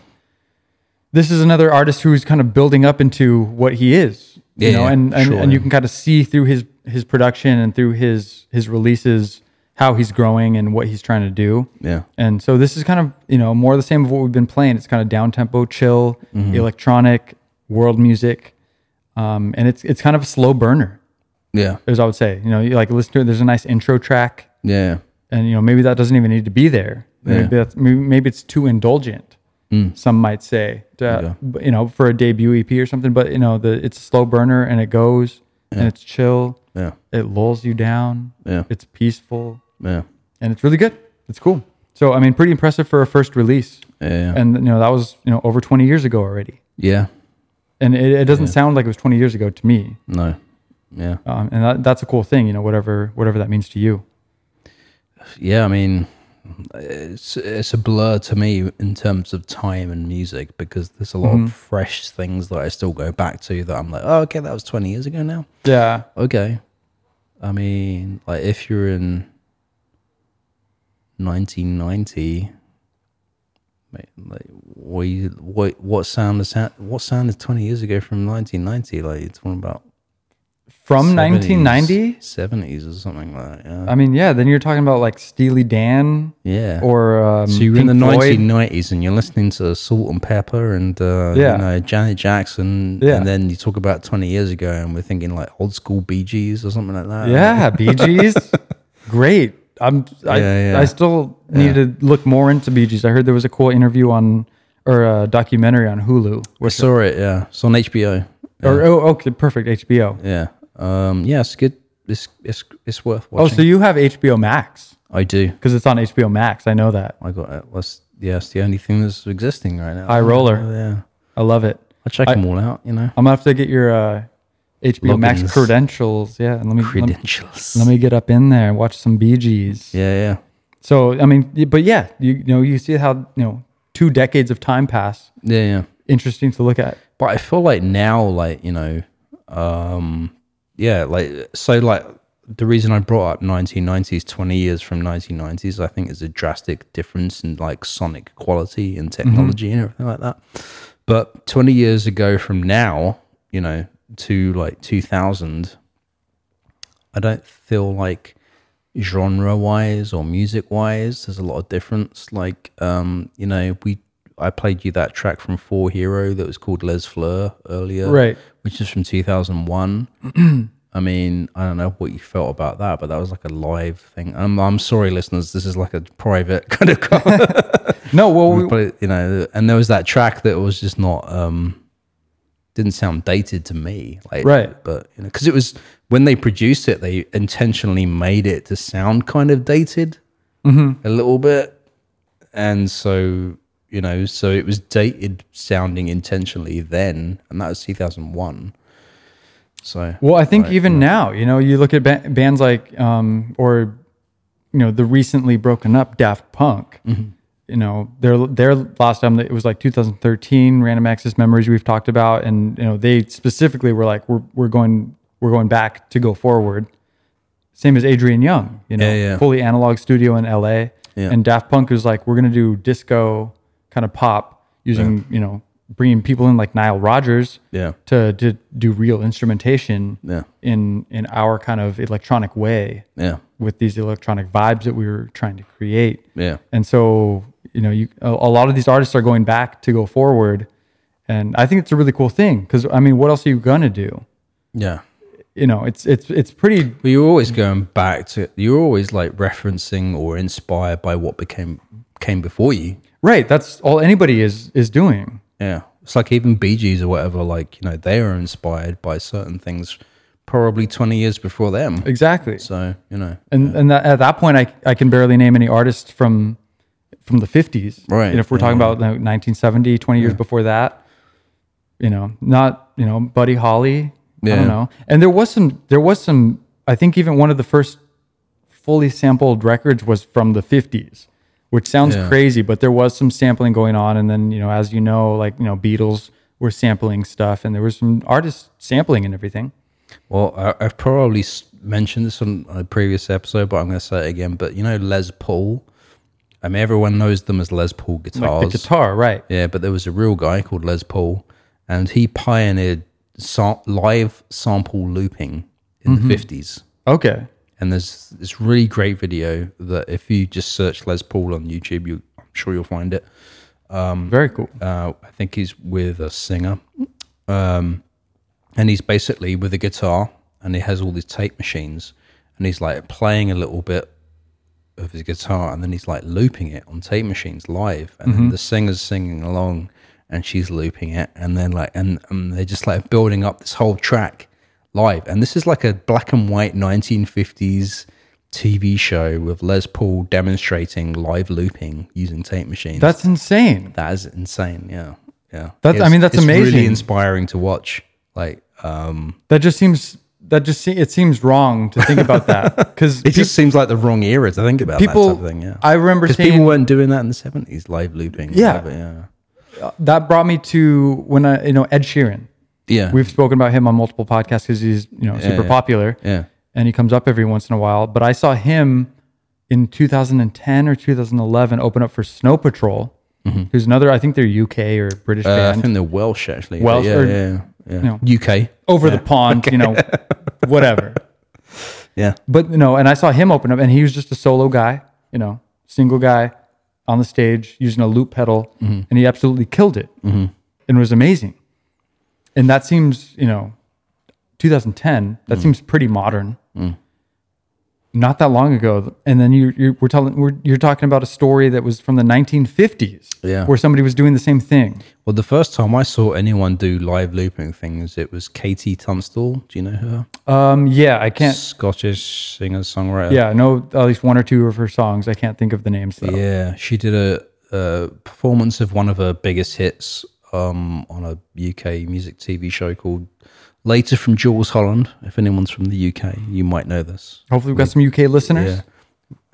B: This is another artist who's kind of building up into what he is, you
A: Yeah,
B: know,
A: yeah,
B: and and,
A: sure.
B: and you can kind of see through his his production and through his his releases how he's growing and what he's trying to do.
A: Yeah.
B: And so this is kind of you know more of the same of what we've been playing. It's kind of down tempo, chill,
A: Mm-hmm.
B: electronic, world music, um, and it's it's kind of a slow burner,
A: Yeah.
B: as I would say. You know, you like listen to it. There's a nice intro track,
A: Yeah.
B: and you know maybe that doesn't even need to be there maybe that's maybe, maybe it's too indulgent some might say to, b- you know for a debut ep or something but you know the it's a slow burner and it goes and it's chill
A: Yeah.
B: it lulls you down
A: Yeah.
B: it's peaceful
A: Yeah.
B: and it's really good it's cool so i mean pretty impressive for a first release
A: Yeah.
B: and you know that was you know over 20 years ago already
A: yeah.
B: and it, it doesn't sound like it was 20 years ago to me
A: No. Yeah.
B: um, and that, that's a cool thing you know whatever whatever that means to you
A: Yeah. I mean, it's it's a blur to me in terms of time and music because there's a lot of fresh things that I still go back to that I'm like, oh, okay, that was 20 years ago now.
B: yeah
A: Okay. I mean, like if you're in 1990. mate, Like what? You, what? What sound is that? What sound is twenty years ago from nineteen ninety? Like you're talking about
B: from 1990
A: seventies or something like that. Yeah,
B: I mean, yeah. Then you're talking about like Steely Dan
A: yeah.
B: or um,
A: so you're in the
B: Pink Floyd.
A: nineteen nineties and you're listening to Salt and Pepper and uh,
B: Yeah.
A: you know Janet Jackson,
B: Yeah.
A: and then you talk about twenty years ago and we're thinking like old school Bee Gees or something like that. [LAUGHS]
B: Yeah, Bee Gees. Great. I'm. I,
A: Yeah, yeah.
B: I still need to look more into Bee Gees. I heard there was a cool interview on or a documentary on Hulu.
A: I saw it. Yeah, it's on HBO.
B: Or oh, okay, perfect. HBO.
A: Yeah, um, yeah, it's good. It's it's it's worth
B: Oh,
A: watching.
B: so you have HBO Max
A: I do.
B: because it's on HBO Max. I know that.
A: I got it. That's yeah, it's the only thing that's existing right now.
B: High roller.
A: yeah,
B: I love it.
A: I check them all out. You know,
B: I'm gonna have to get your uh, HBO Max
A: Logins.
B: credentials. Yeah, and let me let me,
A: credentials.
B: let me get up in there and watch some Bee Gees.
A: yeah, yeah.
B: So I mean, y- but yeah, you, you know, you see how you know two decades of time pass.
A: Yeah, yeah.
B: Interesting to look at.
A: But I feel like now, like you know, um, yeah, like so, like the reason I brought up 1990s, 20 years from 1990s, I think is a drastic difference in like sonic quality and technology and everything like that. But 20 years ago from now, you know, to like 2000, I don't feel like genre wise or music wise there's a lot of difference like um you know we I played you that track from Four Hero that was called Les Fleur earlier,
B: Right.
A: Which is from 2001. [CLEARS THROAT] I mean, I don't know what you felt about that, but that was like a live thing. I'm, I'm sorry, listeners. This is like a private [LAUGHS] kind of cover.
B: No, well, we,
A: but it, you know, and there was that track that was just not um didn't sound dated to me, like
B: Right.
A: But you know, because it was when they produced it, they intentionally made it to sound kind of dated a little bit, and so you know, so it was dated sounding intentionally then, and that was two thousand one. So
B: Well, I think even now, you know, you look at ba- bands like, um, or you know, the recently broken up Daft Punk.
A: Mm-hmm.
B: You know, their their last album it was like 2013, Random Access Memories we've talked about, and you know they specifically were like, we're we're going we're going back to go forward. Same as Adrian Young, you know,
A: Yeah, yeah.
B: fully analog studio in L.A.
A: Yeah.
B: And Daft Punk was like, we're gonna do disco kind of pop using you know bringing people in like Nile Rodgers
A: yeah,
B: to, to do real instrumentation
A: Yeah.
B: in in our kind of electronic way
A: yeah,
B: with these electronic vibes that we were trying to create.
A: yeah,
B: And so, you know, you a, a lot of these artists are going back to go forward. And I think it's a really cool thing because I mean, what else are you gonna do?
A: yeah.
B: You know, it's it's it's pretty
A: But you're always going back to you're always like referencing or inspired by what became came before you.
B: right. That's all anybody is is doing.
A: Yeah. It's like even Bee Gees or whatever, like, you know, they are inspired by certain things probably twenty years before them.
B: Exactly.
A: So, you know.
B: and and that, at that point, I I can barely name any artists from from the fifties.
A: Right,
B: And if we're talking about like, 1970, 20 years before that, you know, not you know Buddy Holly. I
A: Yeah.
B: don't know. And there was some. There was some. I think even one of the first fully sampled records was from the fifties, which sounds
A: Yeah.
B: crazy, but there was some sampling going on. And then you know, as you know, like you know, Beatles were sampling stuff, and there was some artists sampling and everything.
A: Well, I, I've probably s- mentioned this on a previous episode, but I'm going to say it again. But, you know, Les Paul, I mean, everyone knows them as Les Paul guitars.
B: Like the guitar, right?
A: Yeah, but there was a real guy called Les Paul, and he pioneered sa- live sample looping in
B: Mm-hmm.
A: the 50s.
B: Okay.
A: and there's this really great video that if you just search Les Paul on YouTube, you I'm sure you'll find it.
B: Very cool.
A: Uh, I think he's with a singer, um, and he's basically with a guitar, and he has all these tape machines, and he's like playing a little bit of his guitar, and then he's like looping it on tape machines live, and then the singer's singing along, and she's looping it, and then like and, and they're just like building up this whole track live, and this is like a black and white 1950s. TV show with Les Paul demonstrating live looping using tape machines.
B: That's insane.
A: That is insane. Yeah, yeah.
B: That's- I
A: It's-
B: mean, that's
A: it's Really
B: amazing.
A: inspiring to watch. Like, um,
B: That just seems that just se- it seems wrong to think about that
A: [LAUGHS]
B: because
A: it just seems like the wrong era to think about
B: people.
A: that type of thing. Yeah,
B: I remember
A: because
B: seeing
A: people weren't doing that in the seventies, live looping.
B: Yeah.
A: whatever, yeah,
B: that brought me to when I you know Ed Sheeran.
A: yeah.
B: We've spoken about him on multiple podcasts because he's you know super
A: yeah.
B: popular
A: yeah,
B: and he comes up every once in a while. But I saw him in 2010 or 2011 open up for Snow Patrol, who's another I think they're UK or British
A: Mm-hmm. uh, I
B: band.
A: think they're Welsh actually. but
B: Welsh
A: yeah,
B: or-
A: yeah, yeah.
B: know.
A: UK.
B: Over the pond, you
A: [LAUGHS]
B: know, whatever.
A: Yeah,
B: but you know, and I saw him open up, and he was just a solo guy, you know, single guy on the stage using a loop pedal,
A: Mm-hmm.
B: and he absolutely killed it, and was amazing. And that seems, you know, 2010.
A: Mm.
B: That seems pretty modern. Not that long ago, and then you you we're telling we're, you're talking about a story that was from the 1950s,
A: Yeah.
B: where somebody was doing the same thing.
A: Well, the first time I saw anyone do live looping things, it was Katie Tunstall. Do you know her?
B: Um, yeah, I can't.
A: Scottish singer songwriter.
B: Yeah, I know at least one or two of her songs. I can't think of the names though.
A: Yeah, she did a, a performance of one of her biggest hits um, on a UK music TV show called Later from Jules Holland. If anyone's from the UK, you might know this.
B: Hopefully, we've got some UK listeners.
A: Yeah,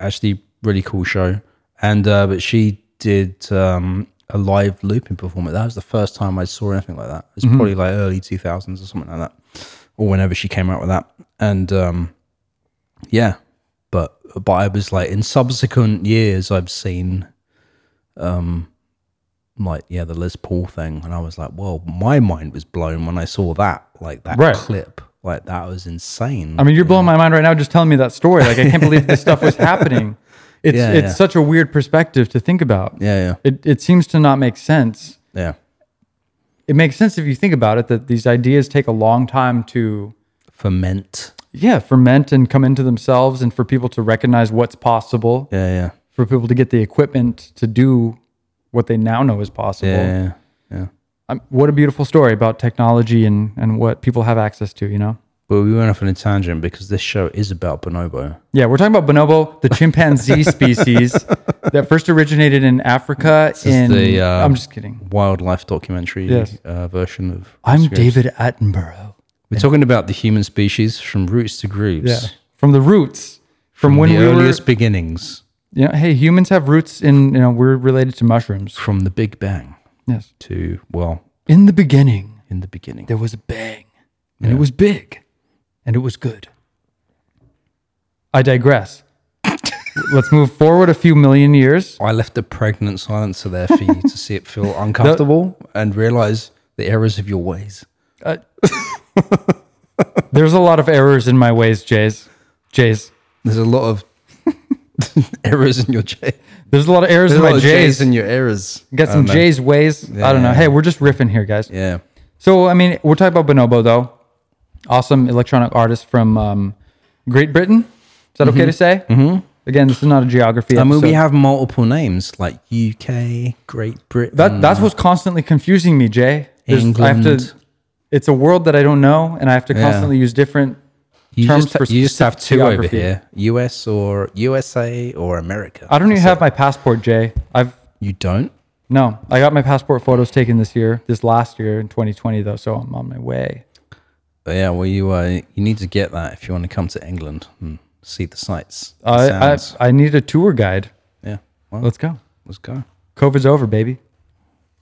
A: actually, really cool show. And uh, but she did um, a live looping performance. That was the first time I saw anything like that. It's probably like early two thousands or something like that, or whenever she came out with that. And um, yeah, but but I was like in subsequent years I've seen um like yeah the Les Paul thing, and I was like, well, my mind was blown when I saw that like that
B: Right.
A: clip. Like that was insane. [LAUGHS]
B: I mean, you're blowing my mind right now just telling me that story. Like, I can't believe this stuff was happening. It's
A: Yeah,
B: it's
A: yeah.
B: such a weird perspective to think about.
A: Yeah, yeah,
B: It it seems to not make sense.
A: yeah.
B: It makes sense if you think about it that these ideas take a long time to
A: Ferment.
B: yeah, ferment and come into themselves and for people to recognize what's possible,
A: Yeah, yeah,
B: for people to get the equipment to do what they now know is possible.
A: yeah, yeah, yeah.
B: Um, what a beautiful story about technology and and what people have access to, you know.
A: But we went off on a tangent because this show is about bonobo.
B: Yeah, we're talking about bonobo,
A: [LAUGHS]
B: the chimpanzee species that first originated in Africa.
A: is
B: in
A: the, uh,
B: I'm just kidding.
A: Wildlife documentary
B: Yes.
A: uh, version of.
B: I'm
A: Scrooge.
B: David Attenborough.
A: We're talking about the human species from roots to grooves.
B: Yeah, from the roots, from, when
A: the
B: we were.
A: earliest beginnings,
B: You know, hey, humans have roots in. You know, we're related to mushrooms.
A: from the Big Bang
B: Yes.
A: to well,
B: In the beginning,
A: in the beginning.
B: there was a bang, and it was big, and it was good. I digress. [LAUGHS] Let's move forward a few million years.
A: I left a pregnant silencer there for you to see it [LAUGHS] feel uncomfortable and realize the errors of your ways.
B: Uh, [LAUGHS] there's a lot of errors in my ways, Jays. Jays.
A: There's a lot of [LAUGHS] errors in your [LAUGHS] J.
B: There's a lot of errors
A: There's
B: in
A: a lot
B: my
A: of J's
B: J's.
A: in your errors.
B: Got
A: I
B: some
A: don't know.
B: J's ways. I don't know.
A: yeah.
B: Hey, we're just riffing here, guys.
A: Yeah.
B: So, I mean, we're talking about Bonobo, though. Awesome electronic artist from um, Great Britain. Is that okay to say? Mm-hmm. Again, this is not a geography.
A: I mean, we
B: episode.
A: have multiple names like UK, Great Britain.
B: that. That's what's constantly confusing me, Jay. There's- I have
A: Mm. England.
B: to. It's a world that I don't know, and I have to constantly use different.
A: you
B: terms
A: just,
B: for
A: you just have two
B: specific
A: over
B: geography.
A: here: US or USA or America.
B: I don't even
A: That's
B: have
A: it.
B: my passport, Jay. I've
A: You don't.
B: no. I got my passport photos taken this year, this last year in 2020, though. So I'm on my way.
A: But yeah. Well, you uh, you need to get that if you want to come to England and see the sights. the
B: Uh, I, I
A: sounds.
B: I need a tour guide.
A: yeah. Well,
B: Let's go.
A: let's go.
B: COVID's over, baby.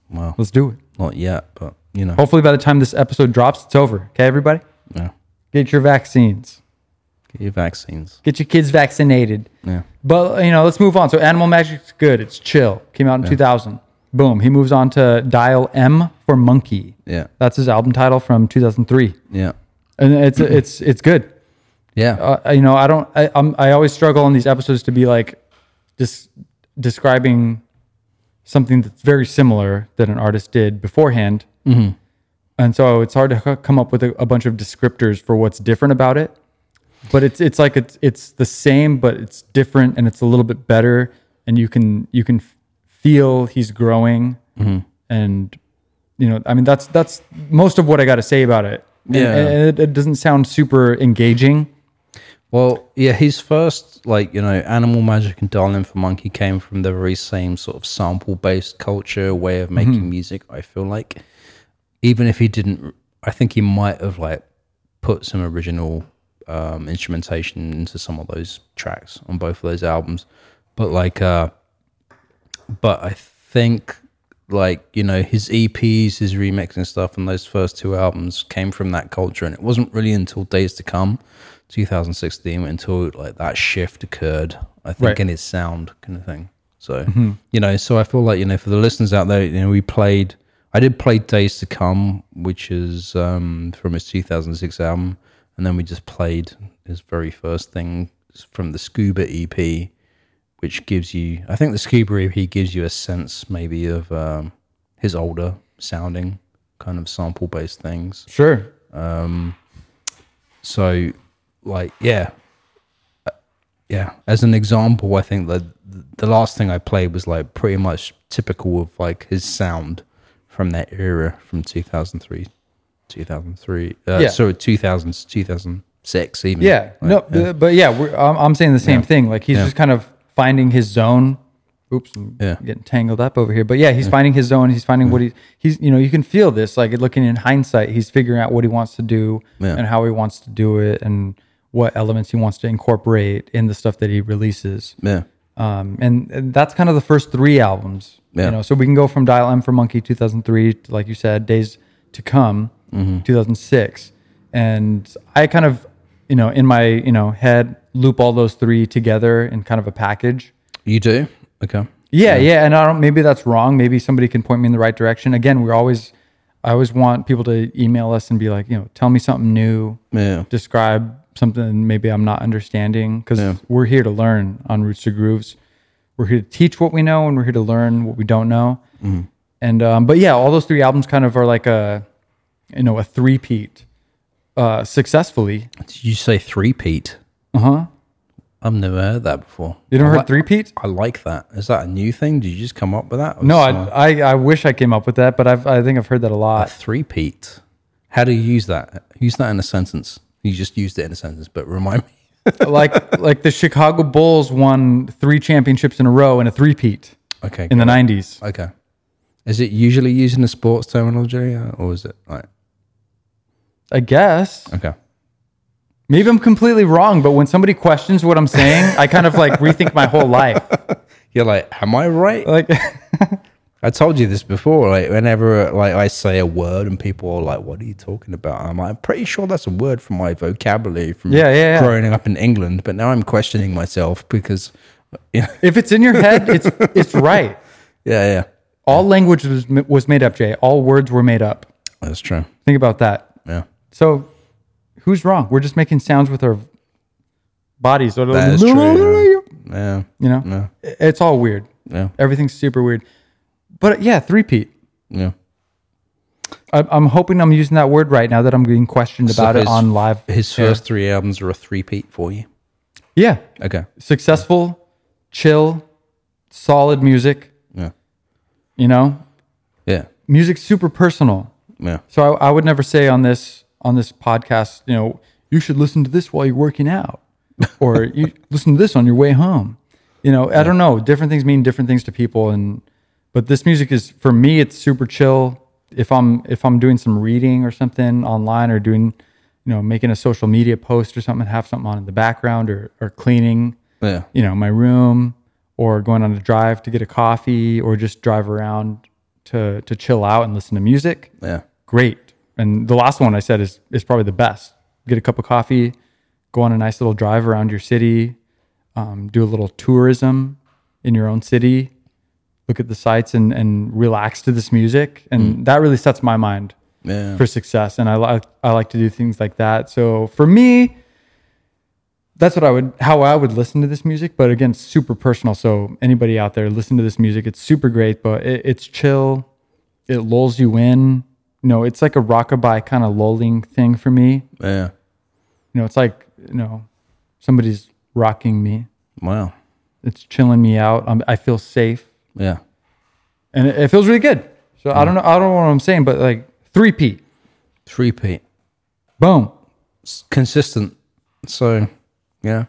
A: Well,
B: Let's do it.
A: not yet, but you know.
B: Hopefully, by the time this episode drops, it's over. Okay, everybody,
A: Yeah.
B: get your vaccines.
A: Get your vaccines.
B: Get your kids vaccinated.
A: Yeah.
B: But you know, let's move on. So, Animal Magic's good. It's chill. Came out in 2000. Boom. He moves on to Dial M for Monkey.
A: Yeah.
B: That's his album title from 2003,
A: Yeah.
B: and it's it's it's good.
A: Yeah.
B: Uh, you know, I don't. I, I'm, I always struggle on these episodes to be like just describing something that's very similar that an artist did beforehand. And so it's hard to c- come up with a, a bunch of descriptors for what's different about it. But it's it's like it's it's the same, but it's different, and it's a little bit better, and you can you can f- feel he's growing, and you know, I mean, that's that's most of what I got to say about it. And-
A: Yeah.
B: and it, it doesn't sound super engaging.
A: Well, yeah, his first, like, you know, Animal Magic and Darling for Monkey came from the very same sort of sample based culture, way of making music, I feel like. Even if he didn't, I think he might have, like, put some original um, instrumentation into some of those tracks on both of those albums. But, like, uh, but I think like you know his EPs, his remixing stuff, and those first two albums came from that culture, and it wasn't really until Days to Come, 2016, until like that shift occurred. I think
B: Right.
A: in his sound kind of thing. So you know, so I feel like you know for the listeners out there, you know, we played. I did play Days to Come, which is um, from his 2006 album, and then we just played his very first thing from the Scuba E EP, which gives you I think the scuba EP gives you a sense maybe of um, his older sounding kind of sample based things.
B: Sure.
A: So like yeah. Uh, Yeah, as an example, I think that the last thing I played was like pretty much typical of like his sound from that era from 2003 2003 uh,
B: Yeah.
A: sorry 2000 to 2006 even
B: Yeah.
A: Like,
B: no, b- but yeah, we're, I'm, I'm saying the same thing. Like he's just kind of finding his zone. Oops, I'm
A: Yeah.
B: getting tangled up over here. But yeah, he's finding his zone. He's finding what he he's you know you can feel this like looking in hindsight. He's figuring out what he wants to do
A: Yeah.
B: and how he wants to do it and what elements he wants to incorporate in the stuff that he releases.
A: yeah
B: Um, and, and that's kind of the first three albums.
A: Yeah.
B: You know, so we can go from Dial M for Monkey 2003, to, like you said, Days to Come 2006, and I kind of, you know, in my you know head loop all those three together in kind of a package.
A: you do okay
B: Yeah, yeah, and I don't. Maybe that's wrong. Maybe somebody can point me in the right direction. Again, we're always, I always want people to email us and be like, you know, tell me something new
A: yeah
B: describe something maybe I'm not understanding because we're here to learn on Roots to Grooves. We're here to teach what we know, and we're here to learn what we don't know. And um, but yeah, all those three albums kind of are like a you know a three peat uh, successfully.
A: Did you say three peat?
B: Uh
A: Uh-huh.
B: huh.
A: I've never heard that before.
B: You never
A: I
B: heard
A: like-
B: three peat?
A: I like that. Is that a new thing? Did you just come up with that? Or
B: No, I,
A: someone-
B: I I wish I came up with that, but I've, I think I've heard that a
A: a [LAUGHS]
B: lot.
A: three peat. How do you use that? Use that in a sentence. You just used it in a sentence, but [LAUGHS] remind me.
B: like like the Chicago Bulls won three championships in a row in a three peat
A: Okay.
B: in the nineties.
A: okay. Is it usually used in a sports terminology, uh, or is it like
B: I guess.
A: okay?
B: Maybe I'm completely wrong, but when somebody questions what I'm saying, I kind of like rethink my whole life.
A: You're like, am I right?
B: Like,
A: I told you this before. Like, whenever like I say a word and people are like, "What are you talking about?" I'm like, "I'm pretty sure that's a word from my vocabulary from
B: Yeah, yeah, yeah.
A: growing up in England." But now I'm questioning myself because, [LAUGHS] yeah,
B: if it's in your head, it's it's right.
A: yeah, yeah.
B: All language was was made up, Jay. All words were made up.
A: That's true.
B: Think about that.
A: Yeah,
B: So, who's wrong? We're just making sounds with our bodies.
A: that is true. Yeah,
B: You know, I- it's all weird.
A: yeah,
B: Everything's super weird. But yeah, three peat.
A: yeah.
B: I'm hoping I'm using that word right now that I'm being questioned
A: So
B: about it
A: his-
B: on live.
A: His
B: air.
A: first three albums are a three-peat for you.
B: yeah,
A: Okay.
B: successful, chill, solid music.
A: Yeah.
B: You know,
A: Yeah.
B: music's super personal.
A: Yeah.
B: So I, I would never say on this on this podcast, you know, you should listen to this while you're working out, or you listen to this on your way home. You know, I don't know. Different things mean different things to people, and but this music is for me. It's super chill. If I'm if I'm doing some reading or something online, or doing, you know, making a social media post or something, have something on in the background, or or cleaning,
A: Yeah.
B: you know, my room, or going on a drive to get a coffee, or just drive around to to chill out and listen to music
A: Yeah.
B: great. And the last one I said is is probably the best. Get a cup of coffee, go on a nice little drive around your city, um, do a little tourism in your own city, look at the sights and and relax to this music, and that really sets my mind
A: Yeah.
B: for success. And I like I like to do things like that. So for me. That's what I would, how I would listen to this music, but again, super personal. So anybody out there, listen to this music. It's super great, but it, it's chill it lulls you in. You know, it's like a rockabye kind of lulling thing for me.
A: Yeah.
B: You know, it's like you know, somebody's rocking me.
A: Wow.
B: It's chilling me out. I'm, I feel safe,
A: Yeah.
B: and it, it feels really good. So I don't know. I don't know what I'm saying, but like three P,
A: Three-peat.
B: boom.
A: It's consistent. So, yeah.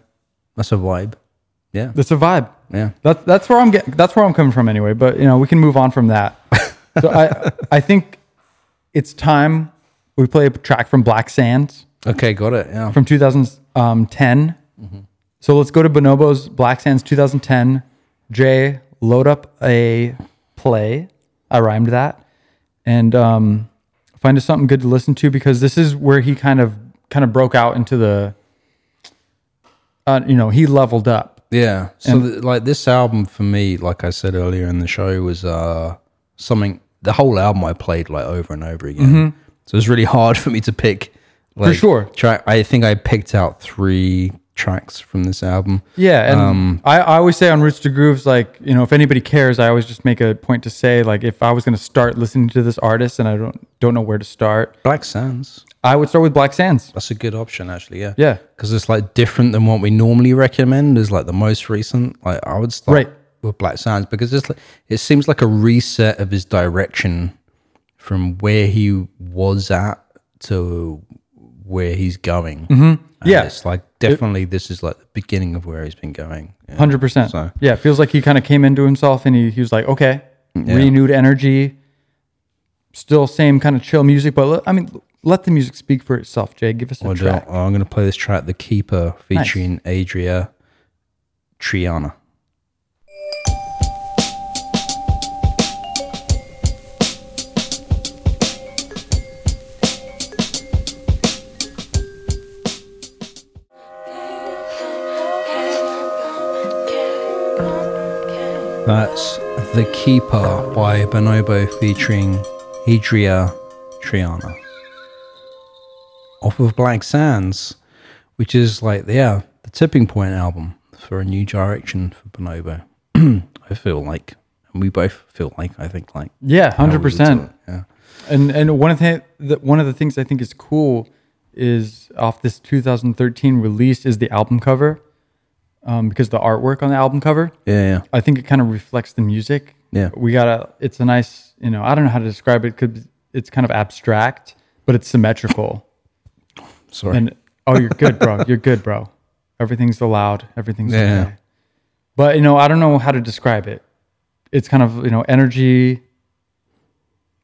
A: That's a vibe. Yeah.
B: That's a vibe.
A: Yeah.
B: That's that's where I'm getting. That's where I'm coming from anyway. But you know, we can move on from that. so I I think it's time we play a track from Black Sands.
A: Okay. Got it. Yeah.
B: from 2010. So let's go to Bonobos Black Sands 2010. Jay, load up a play. I rhymed that, and um, find us something good to listen to because this is where he kind of kind of broke out into the. Uh, you know, he leveled up.
A: Yeah. So, th- like, this album for me, like I said earlier in the show, was uh something. The whole album I played like over and over again. So it was really [LAUGHS] hard for me to pick. Like,
B: sure.
A: Track. I think I picked out three tracks from this album.
B: Yeah, and
A: Um,
B: I, I always say on Roots to Grooves, like you know, if anybody cares, I always just make a point to say, like, if I was going to start listening to this artist and I don't don't know where to start,
A: Black Sands.
B: I would start with Black Sands.
A: That's a good option, actually. Yeah.
B: Yeah.
A: Because it's like different than what we normally recommend. Is like the most recent. Like I would start
B: Right.
A: with Black Sands because it's like, it seems like a reset of his direction from where he was at to where he's going. Mm-hmm.
B: Yeah.
A: It's like definitely this is like the beginning of where he's been going. Yeah.
B: Hundred percent.
A: So-
B: Yeah, it feels like he kind of came into himself and he, he was like, okay, renewed energy. Still same kind of chill music, but le- I mean, let the music speak for itself. Jay, give us a
A: Or do-
B: track.
A: I'm going to play this track, The Keeper, featuring Adria Triana. That's The Keeper by Bonobo featuring Adria Triana. Off of Black Sands, which is like, yeah, the tipping point album for a new direction for Bonobo. [CLEARS THROAT] I feel like, and we both feel like, I think like
B: Yeah,
A: how we
B: hundred
A: would do
B: percent.
A: it, Yeah.
B: And and one of the, the one of the things I think is cool is off this 2013 release is the album cover, um, because the artwork on the album cover,
A: Yeah.
B: I think it kind of reflects the music.
A: Yeah.
B: we gotta. It's a nice, you know, I don't know how to describe it. Could it's kind of abstract, but it's symmetrical.
A: yeah. Sorry.
B: And oh, you're good, bro. You're good, bro. Everything's allowed. Everything's
A: Yeah.
B: okay. But you know, I don't know how to describe it. It's kind of you know energy.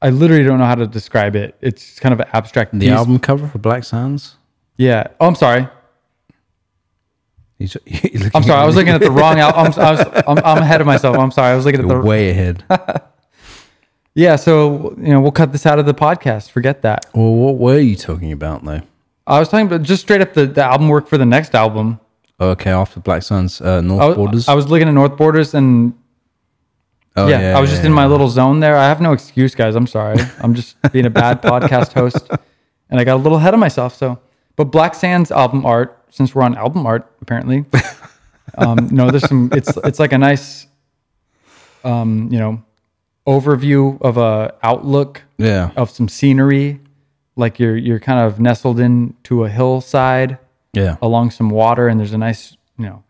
B: I literally don't know how to describe it. It's kind of an abstract.
A: the
B: piece.
A: album cover for Black Sands.
B: Yeah. Oh, I'm sorry.
A: He's, [LAUGHS] he's looking
B: I'm sorry.
A: at
B: I was
A: me.
B: looking at the wrong. Al- I'm, I was, I'm I'm ahead of myself. I'm sorry. I was looking at
A: You're
B: the.
A: way
B: [LAUGHS]
A: ahead.
B: Yeah. So you know, we'll cut this out of the podcast. Forget that.
A: well, what were you talking about though?
B: I was talking about just straight up the, the album work for the next album.
A: Okay, after Black Sands, uh, North
B: I was,
A: Borders.
B: I was looking at North Borders and
A: oh,
B: yeah, I was just
A: yeah,
B: in my little zone there. I have no excuse, guys. I'm sorry.
A: [LAUGHS]
B: I'm just being a bad podcast host, and I got a little ahead of myself. So, but Black Sands album art, since we're on album art,
A: [LAUGHS]
B: apparently, um, no, there's some. It's it's like a nice, um, you know, overview of a outlook
A: yeah,
B: of some scenery. Like you're you're kind of nestled into a hillside
A: yeah,
B: along some water, and there's a nice you know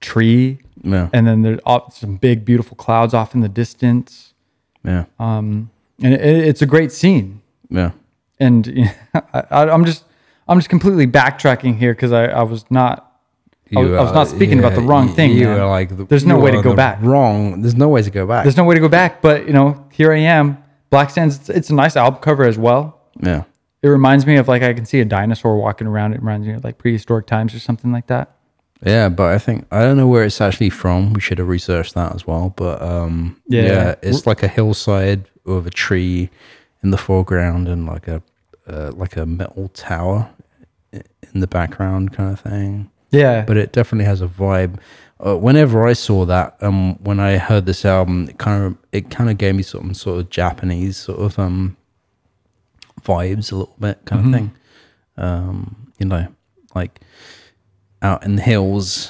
B: tree,
A: yeah,
B: and then there's off- some big beautiful clouds off in the distance
A: yeah,
B: uh, and it, it's a great scene.
A: yeah.
B: And [LAUGHS] you know, I, I, I'm just I'm just completely backtracking here because I, I was not I was- I was
A: are-
B: not speaking about the wrong thing,
A: You
B: man.
A: are like the,
B: There's no
A: you
B: way to
A: are
B: go
A: the
B: back.
A: Wrong. There's no way to go back.
B: there's no way to go back. But you know here I am. Black Sands. It's, it's a nice album cover as well.
A: yeah,
B: It reminds me of like I can see a dinosaur walking around. It reminds me of like prehistoric times or something like that.
A: yeah. But I think I don't know where it's actually from. We should have researched that as well. But um,
B: Yeah.
A: yeah, it's like a hillside with a tree in the foreground and like a uh, like a metal tower i- in the background kind of thing.
B: Yeah,
A: but it definitely has a vibe. Uh, whenever I saw that, um, when I heard this album, it kind of it kind of gave me some sort of Japanese sort of um vibes a little bit kind of thing. Um, you know, like out in the hills,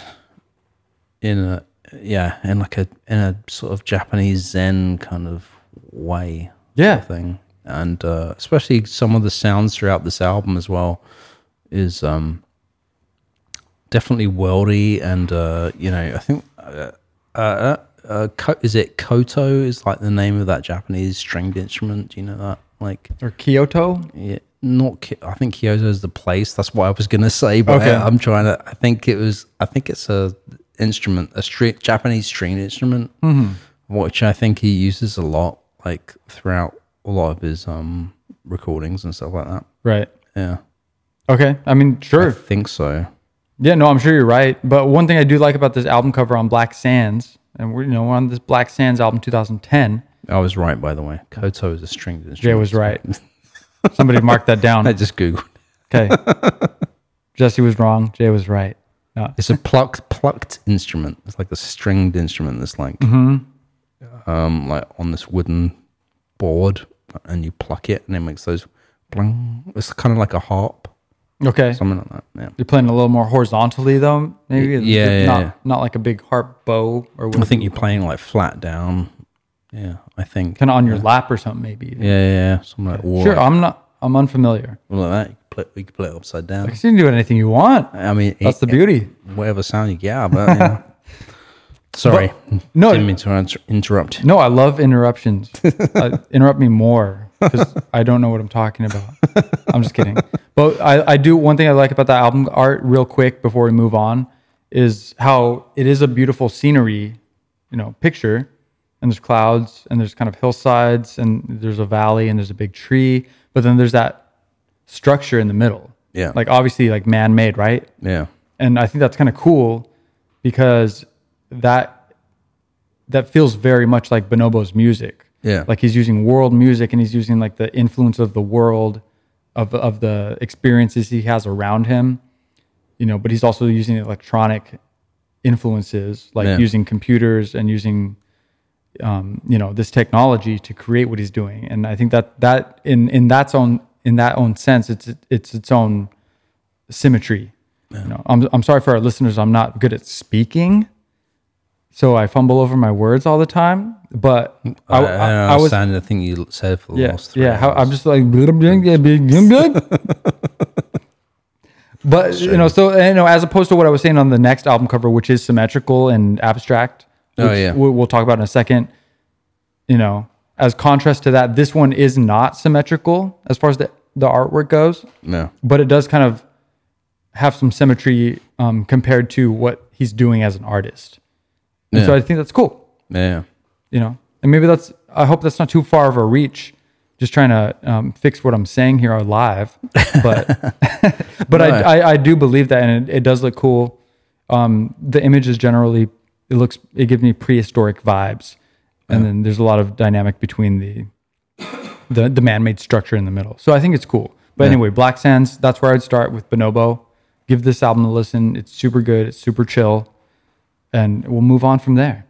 A: in a yeah, in like a in a sort of Japanese Zen kind of way
B: yeah,
A: thing and uh, especially some of the sounds throughout this album as well is um definitely worldy and uh you know i think uh, uh, uh, Ko- is it koto is like the name of that japanese stringed instrument do you know that like
B: or Kyoto.
A: yeah, not Ki- i think kyoto is the place that's what i was gonna say but
B: Okay.
A: I, am trying to i think it was i think it's a instrument a string, japanese stringed instrument
B: Mm-hmm.
A: which I think he uses a lot, like throughout a lot of his um recordings and stuff like that.
B: Right.
A: Yeah,
B: Okay. I mean, sure.
A: I think so.
B: Yeah, no, I'm sure you're right. But one thing I do like about this album cover on Black Sands, and we're you know we're on this Black Sands album 2010.
A: I was right, by the way. Koto is a stringed instrument.
B: Jay was right. Somebody [LAUGHS] marked
A: [LAUGHS]
B: that
A: I
B: down.
A: just googled.
B: Okay. Jesse was wrong. Jay was right. No.
A: It's a plucked plucked instrument. It's like a stringed instrument that's like um like on this wooden board, and you pluck it, and it makes those. Bling. It's kind of like a harp,
B: Okay.
A: something like that. Yeah.
B: You're playing a little more horizontally though, maybe.
A: Y- yeah,
B: not,
A: yeah.
B: Not like a big harp bow
A: I
B: or whatever.
A: think you're playing like flat down. Yeah, I think.
B: kind of on your lap or something, maybe.
A: Yeah, yeah, yeah. Something like war.
B: Sure. I'm not. I'm unfamiliar.
A: Well, like that, you could play, we could play it upside down.
B: You can do anything you want.
A: I mean,
B: That's the
A: it-
B: beauty.
A: whatever sound you get. out of it, you [LAUGHS] know. Sorry,
B: no.
A: didn't mean to inter- interrupt.
B: No, I love interruptions. uh, interrupt me more because I don't know what I'm talking about. I'm just kidding. But I, I do one thing I like about that album art, real quick before we move on, is how it is a beautiful scenery, you know, picture. And there's clouds and there's kind of hillsides and there's a valley and there's a big tree. But then there's that structure in the middle.
A: Yeah.
B: Like obviously like man made, right?
A: Yeah,
B: and I think that's kind of cool because that that feels very much like Bonobo's music.
A: Yeah.
B: like he's using world music and he's using like the influence of the world of of the experiences he has around him, you know. But he's also using electronic influences, like
A: Yeah.
B: using computers and using um, you know this technology to create what he's doing. And I think that that in in that own in that own sense, it's it's its own symmetry. You know, I'm, I'm sorry for our listeners. I'm not good at speaking. so I fumble over my words all the time. But I,
A: I,
B: I,
A: I,
B: I was
A: understand. I think you said for the
B: yeah,
A: last three.
B: yeah. How, I'm
A: hours.
B: just like, blub, blub, blub, blub,
A: [LAUGHS]
B: blub. but you know, so you know, as opposed to what I was saying on the next album cover, which is symmetrical and abstract.
A: Oh,
B: which
A: yeah.
B: we- we'll talk about in a second. You know, as contrast to that, this one is not symmetrical as far as the the artwork goes,
A: no.
B: but it does kind of have some symmetry um, compared to what he's doing as an artist. And so
A: Yeah.
B: I think that's cool
A: Yeah.
B: you know and maybe that's i hope that's not too far of a reach just trying to um, fix what i'm saying here live but [LAUGHS] but
A: No.
B: I, I i do believe that and it, it does look cool um the image is generally it looks it gives me prehistoric vibes and then there's a lot of dynamic between the the, the man-made structure in the middle so i think it's cool but anyway black sands that's where i'd start with bonobo give this album a listen it's super good it's super chill and we'll move on from there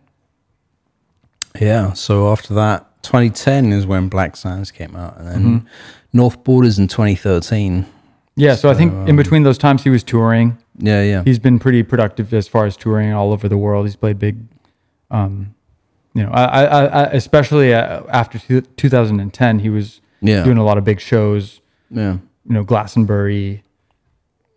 A: Yeah. So after that, 2010 is when Black Sands came out, and then
B: Mm-hmm.
A: North Borders in 2013.
B: Yeah, so, I think
A: um,
B: in between those times he was touring.
A: Yeah, yeah,
B: He's been pretty productive as far as touring all over the world. He's played big, um, you know, I, I, I I- especially uh, after two, 2010, he was
A: Yeah.
B: doing a lot of big shows.
A: yeah,
B: You know, Glastonbury,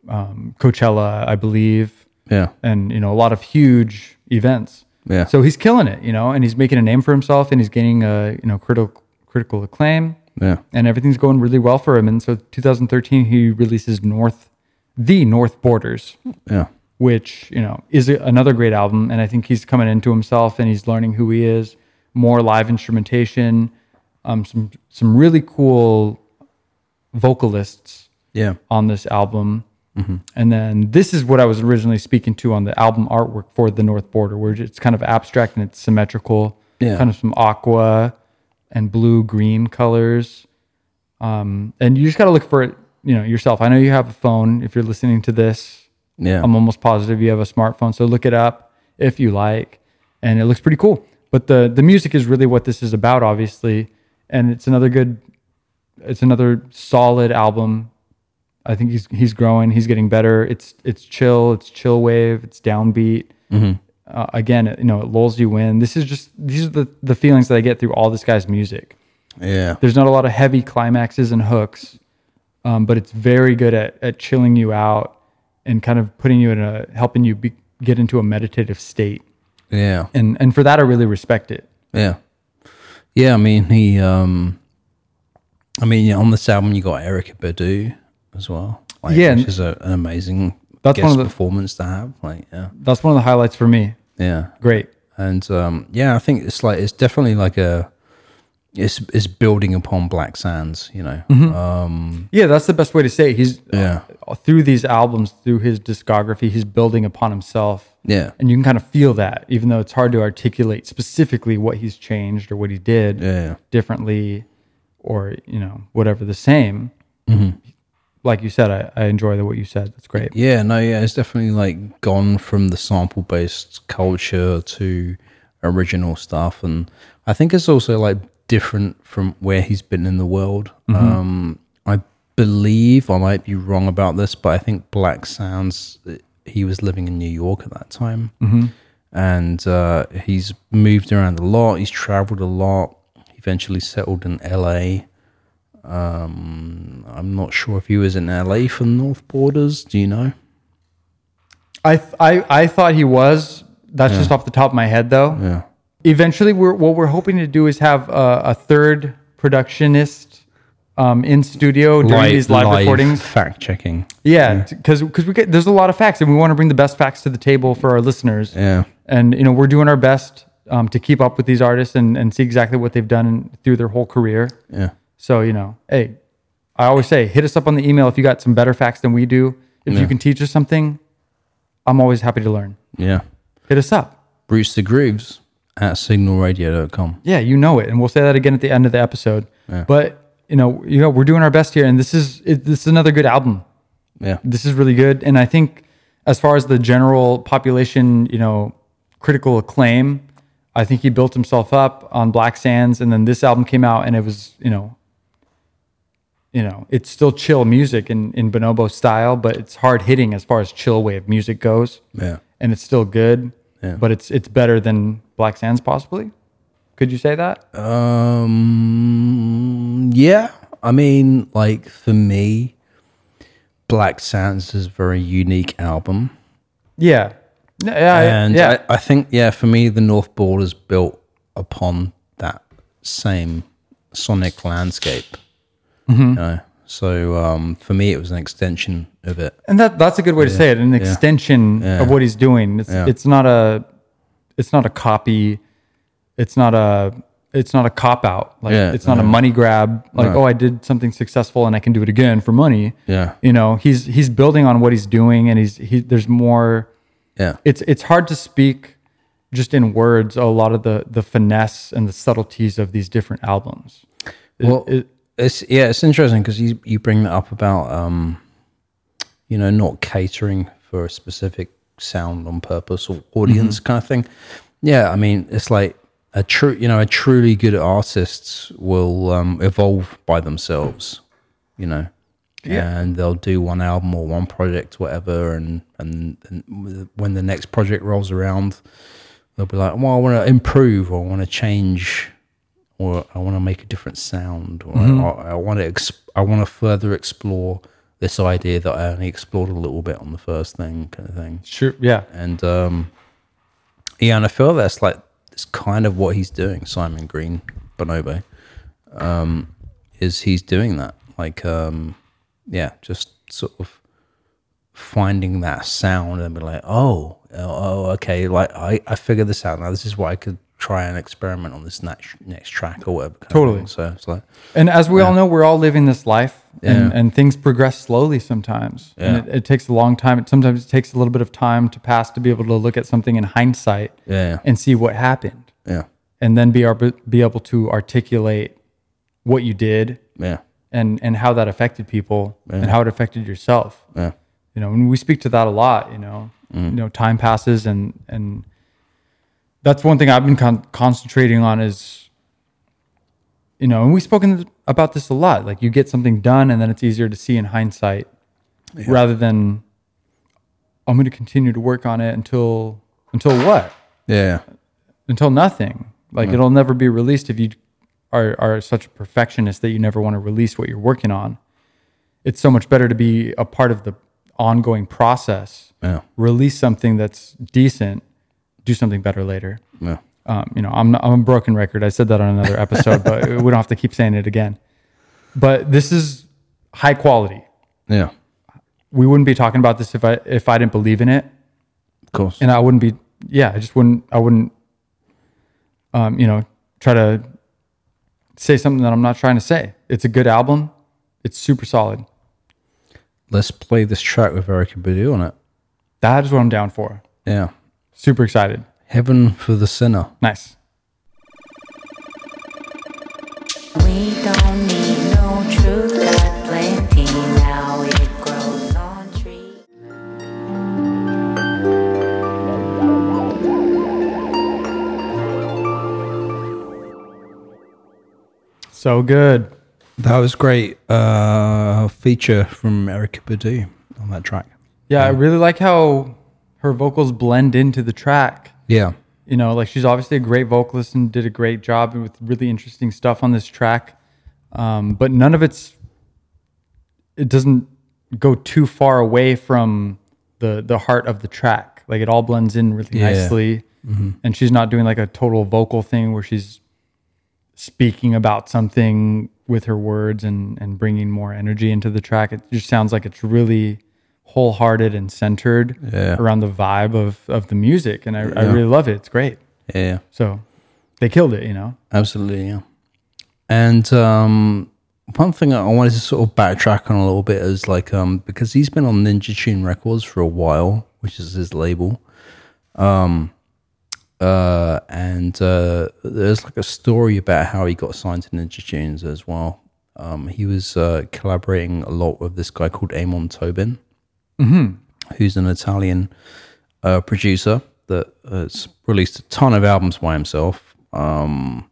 B: um, Coachella, I believe,
A: yeah,
B: and you know, a lot of huge events.
A: yeah.
B: So he's killing it, you know, and he's making a name for himself, and he's getting uh, you know critical critical acclaim
A: yeah,
B: and everything's going really well for him. And so 2013, he releases North, the North Borders,
A: yeah,
B: which you know is a, another great album. And I think he's coming into himself and he's learning who he is. More live instrumentation, um, some some really cool vocalists
A: yeah,
B: on this album. And then this is what I was originally speaking to on the album artwork for the North Border, where it's kind of abstract and it's symmetrical,
A: Yeah.
B: kind of some aqua and blue green colors. Um, and you just got to look for it, you know, yourself. I know you have a phone. If you're listening to this,
A: yeah.
B: I'm almost positive you have a smartphone. So look it up if you like, and it looks pretty cool. But the the music is really what this is about, obviously, and it's another good, it's another solid album. I think he's he's growing, he's getting better. It's it's chill, it's chill wave, it's downbeat. Uh, again, it, you know, it lulls you in. This is just these are the the feelings that I get through all this guy's music.
A: yeah.
B: There's not a lot of heavy climaxes and hooks, um, but it's very good at, at chilling you out and kind of putting you in a helping you be, get into a meditative state.
A: Yeah.
B: And and for that, I really respect it.
A: Yeah. Yeah, I mean he um I mean yeah, on this album you got Erica Badu as well. Like,
B: Yeah,
A: Which
B: and-
A: is a, an amazing
B: That's one
A: guest
B: of the-
A: performance to have. Like yeah.
B: That's one of the highlights for me.
A: Yeah.
B: Great.
A: And um yeah, I think it's like it's definitely like a it's it's building upon Black Sands, you know. Um
B: Yeah, that's the best way to say it. he's
A: Yeah.
B: uh, through these albums, through his discography, he's building upon himself.
A: yeah.
B: And you can kind of feel that, even though it's hard to articulate specifically what he's changed or what he did.
A: Yeah.
B: differently or you know whatever the same like you said I, I enjoy the what you said that's great
A: Mm-hmm. Yeah, no, yeah, it's definitely like gone from the sample based culture to original stuff, and I think it's also like different from where he's been in the world. Um, I believe I might be wrong about this, but I think Black Sounds he was living in New York at that time, and uh, he's moved around a lot. He's traveled a lot. Eventually settled in L.A. Um, I'm not sure if he was in LA for North Borders. Do you know?
B: I, th- I i thought he was that's just off the top of my head though
A: Yeah.
B: eventually we're, what we're hoping to do is have a, a third productionist um, in studio during these live, recordings
A: fact checking.
B: yeah because we get there's a lot of facts and we want to bring the best facts to the table for our listeners
A: Yeah.
B: and you know we're doing our best um, to keep up with these artists and, and see exactly what they've done through their whole career
A: Yeah.
B: So, you know, hey, I always say hit us up on the email if you got some better facts than we do. If you can teach us something, I'm always happy to learn.
A: Yeah.
B: Hit us up.
A: Bruce the Grooves at signalradio.com.
B: Yeah, you know it. And we'll say that again at the end of the episode. But, you know, you know, we're doing our best here and this is it, this is another good album.
A: Yeah.
B: This is really good and I think as far as the general population, you know, critical acclaim, I think he built himself up on Black Sands and then this album came out and it was, you know, you know, it's still chill music in, in bonobo style, but it's hard hitting as far as chill wave music goes.
A: Yeah.
B: And it's still good. but it's it's better than Black Sands possibly. Could you say that?
A: Um, yeah. I mean, like for me, Black Sands is a very unique album,
B: yeah. Yeah, yeah,
A: and
B: yeah.
A: I, I think yeah, for me, the North Ball is built upon that same sonic landscape.
B: Mm-hmm.
A: You know? So um, for me, it was an extension of it.
B: and that that's a good way to say it an extension of what he's doing it's it's not a it's not a copy it's not a it's not a cop out like
A: Yeah,
B: it's not a money grab like oh i did something successful and i can do it again for money
A: Yeah.
B: you know he's he's building on what he's doing and he's he there's more
A: Yeah,
B: it's it's hard to speak just in words a lot of the the finesse and the subtleties of these different albums
A: Well,
B: it-
A: it's yeah, it's interesting because you you bring that up about um, you know, not catering for a specific sound on purpose or audience
B: Mm-hmm.
A: kind of thing. Yeah, I mean, it's like a true, you know, a truly good artists will um, evolve by themselves, you know. And they'll do one album or one project, whatever, and, and and when the next project rolls around, they'll be like, "Well, I want to improve, or I want to change, or I want to make a different sound, or I, I want to exp- I want to further explore this idea that I only explored a little bit on the first thing, kind of thing."
B: sure yeah
A: And um, yeah, and I feel that's like it's kind of what he's doing, Simon Green Bonobo, um, is he's doing that, like um, yeah, just sort of finding that sound and be like, oh, oh, oh, okay, like I, I figured this out now. This is what I could try and experiment on this next next track or whatever. kind of
B: Totally.
A: thing. So it's like,
B: And as we all know, we're all living this life, and, and things progress slowly sometimes. And it, it takes a long time. It, sometimes it takes a little bit of time to pass to be able to look at something in hindsight
A: yeah,
B: and see what happened,
A: yeah,
B: and then be ar- be able to articulate what you did
A: yeah,
B: and and how that affected people and how it affected yourself.
A: Yeah.
B: You know, and we speak to that a lot. You know, you know, time passes and and that's one thing I've been con- concentrating on is, you know, and we've spoken about this a lot. Like you get something done and then it's easier to see in hindsight rather than "Oh, I'm going to continue to work on it until until what
A: yeah,
B: until nothing. Like it'll never be released if you are are such a perfectionist that you never want to release what you're working on. It's so much better to be a part of the ongoing process.
A: yeah,
B: Release something that's decent. Do something better later.
A: yeah.
B: Um, you know, I'm not, I'm a broken record. I said that on another episode, but we don't have to keep saying it again. But this is high quality.
A: yeah.
B: We wouldn't be talking about this if I if I didn't believe in it
A: Of course.
B: and I wouldn't be yeah, I just wouldn't I wouldn't um, you know, try to say something that I'm not trying to say. It's a good album. It's super solid.
A: Let's play this track with Erica Badu on it.
B: That is what I'm down for.
A: Yeah.
B: Super excited.
A: Heaven for the sinner.
B: Nice.
D: We don't need no truth, got plenty now. It grows on trees.
B: So good.
A: That was great uh, feature from Erica Badu on that track.
B: Yeah, I really like how her vocals blend into the track.
A: Yeah,
B: You know, like she's obviously a great vocalist and did a great job with really interesting stuff on this track. Um, but none of it's it doesn't go too far away from the the heart of the track. Like it all blends in really
A: Yeah.
B: nicely. And she's not doing like a total vocal thing where she's speaking about something with her words and and bringing more energy into the track. It just sounds like it's really wholehearted and centered around the vibe of of the music and I, I really love it. It's great.
A: yeah,
B: So they killed it, you know.
A: absolutely. Yeah, and um, one thing I wanted to sort of backtrack on a little bit is like um, because he's been on Ninja Tune Records for a while, which is his label. Um, uh, and uh, there's like a story about how he got signed to Ninja Tunes as well. Um, he was uh, collaborating a lot with this guy called Amon Tobin. who's an Italian uh, producer that has released a ton of albums by himself. Um,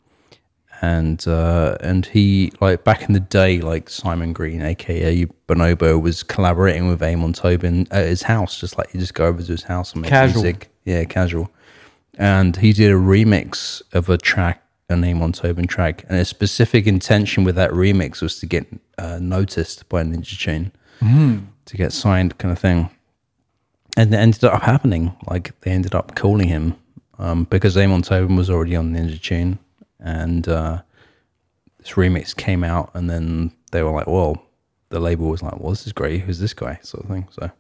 A: and uh, and he like back in the day, like Simon Green, aka Bonobo, was collaborating with Amon Tobin at his house. Just like you just go over to his house and make
B: Casual.
A: music, yeah, casual. And he did a remix of a track, an Amon Tobin track, and his specific intention with that remix was to get uh, noticed by Ninja Chain, to get signed, kind of thing and it ended up happening. Like they ended up calling him um, because Amon Tobin was already on Ninja Tune, and uh, this remix came out, and then they were like, "Well," the label was like, "Well, this is great. Who's this guy?" Sort of thing. So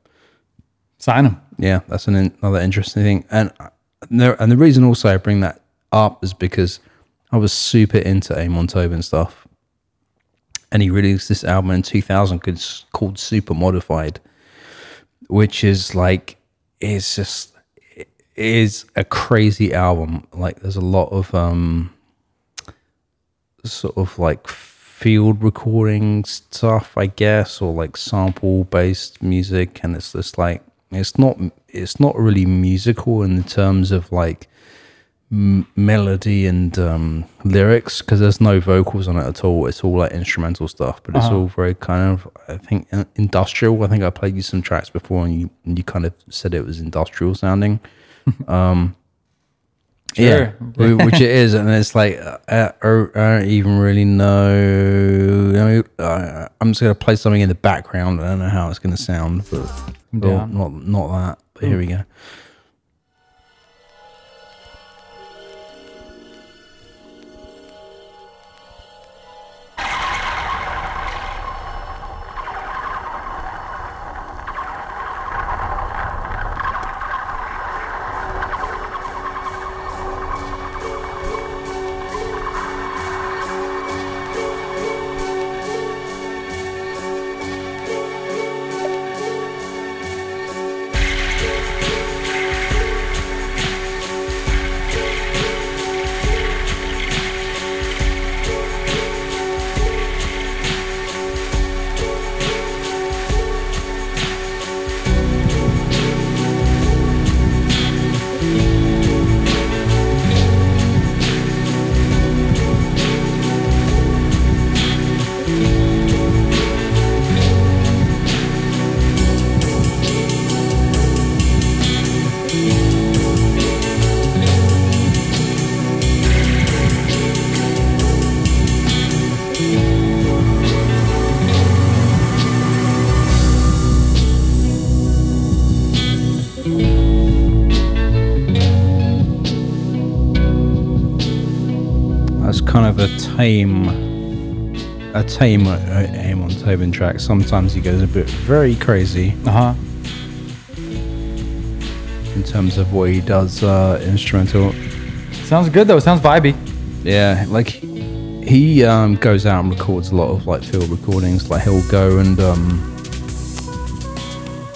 B: Sign him.
A: yeah, that's an, another interesting thing. And uh, no, and the reason also I bring that up is because I was super into Amon Tobin stuff, and he released this album in 2000 called- called Super Modified, which is like it's just it is a crazy album. Like there's a lot of um sort of like field recording stuff, I guess, or like sample based music, and it's just like it's not it's not really musical in terms of like m- melody and um, lyrics because there's no vocals on it at all. It's all like instrumental stuff, but it's all very kind of I think uh, industrial. I think I played you some tracks before, and you and you kind of said it was industrial sounding. Um,
B: Sure.
A: Yeah, wh- which it is, and it's like uh, I, I don't even really know. I mean, uh, I'm just gonna play something in the background. I don't know how it's gonna sound, but well,
B: down.
A: not not that. But here we go. That's kind of a tame, a tame uh, aim on Tobin track. Sometimes he goes a bit very crazy
B: Uh huh.
A: in terms of what he does uh, instrumental.
B: Sounds good though. Sounds vibey.
A: Yeah, like he um, goes out and records a lot of like field recordings. Like he'll go and um,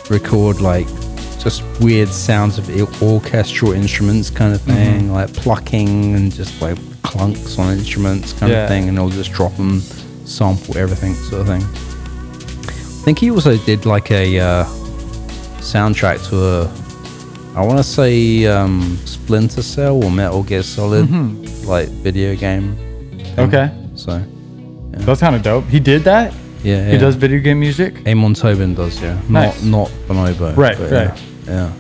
A: record like just weird sounds of i- orchestral instruments, kind of thing, like plucking and just like clunks on instruments, kind
B: Yeah.
A: of thing, and he'll just drop them, sample everything, sort of thing. I think he also did like a uh, soundtrack to a I want to say um, Splinter Cell or Metal Gear Solid,
B: Mm-hmm.
A: like video game.
B: Okay.
A: So,
B: That's kind of dope. He did that.
A: yeah,
B: He does video game music.
A: Amon Tobin does, yeah.
B: Nice.
A: Not not Bonobo.
B: Right,
A: but
B: right.
A: Yeah,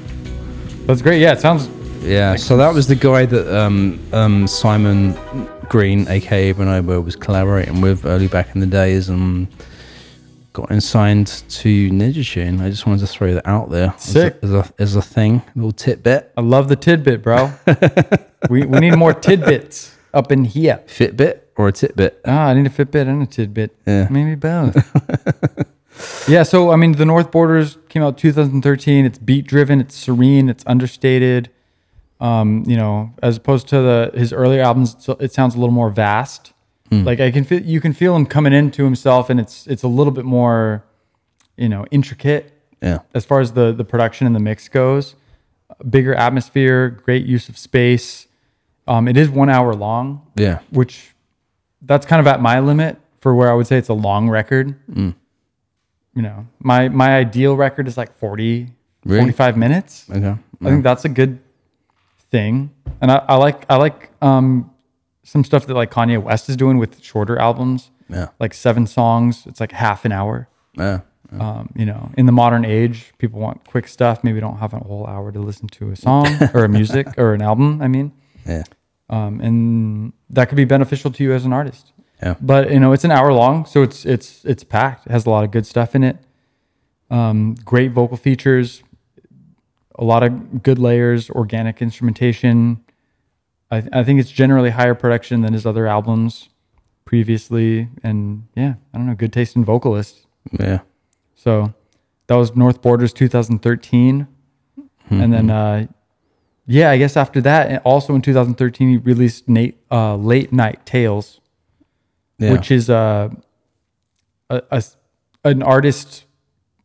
B: That's great. Yeah. It sounds.
A: yeah. yeah. So that was the guy that um, um, Simon Green, aka Bonobo, was collaborating with early back in the days, and got him signed to Ninja Tune. I just wanted to throw that out there as
B: Sick.
A: a as a, as a thing, little tidbit,
B: I love the tidbit,
A: [LAUGHS]
B: bro. we we need more tidbits up in here.
A: Fitbit or a tidbit.
B: Ah, I need a Fitbit and a tidbit.
A: Yeah.
B: Maybe
A: [LAUGHS]
B: both. yeah, so I mean the North Borders came out 2013. It's beat driven, it's serene, it's understated. Um, you know, as opposed to the his earlier albums, so it sounds a little more vast.
A: Hmm.
B: Like I can feel you can feel him coming into himself and it's it's a little bit more, you know, intricate
A: Yeah.
B: as far as the the production and the mix goes. Bigger atmosphere, great use of space. Um, it is one hour long
A: Yeah.
B: which that's kind of at my limit for where I would say it's a long record.
A: Mm.
B: You know, my my ideal record is like 40,
A: Really?
B: 45 minutes.
A: Okay.
B: I think that's a good thing. And I, I like I like um, some stuff that like Kanye West is doing with shorter albums,
A: Yeah.
B: like seven songs. It's like half an hour.
A: Yeah.
B: Um, you know, in the modern age, people want quick stuff. Maybe don't have a whole hour to listen to a song or a music or an album. I mean,
A: Yeah.
B: um, and that could be beneficial to you as an artist.
A: Yeah.
B: But you know, it's an hour long, so it's it's it's packed. It has a lot of good stuff in it. Um, great vocal features, a lot of good layers, organic instrumentation. I, I think it's generally higher production than his other albums previously, and yeah, I don't know, good taste in vocalists.
A: Yeah.
B: So that was North Borders 2013. And then, uh, yeah, I guess after that, and also in 2013, he released Nate, uh, Late Night Tales,
A: Yeah.
B: which is uh, a, a s- an artist,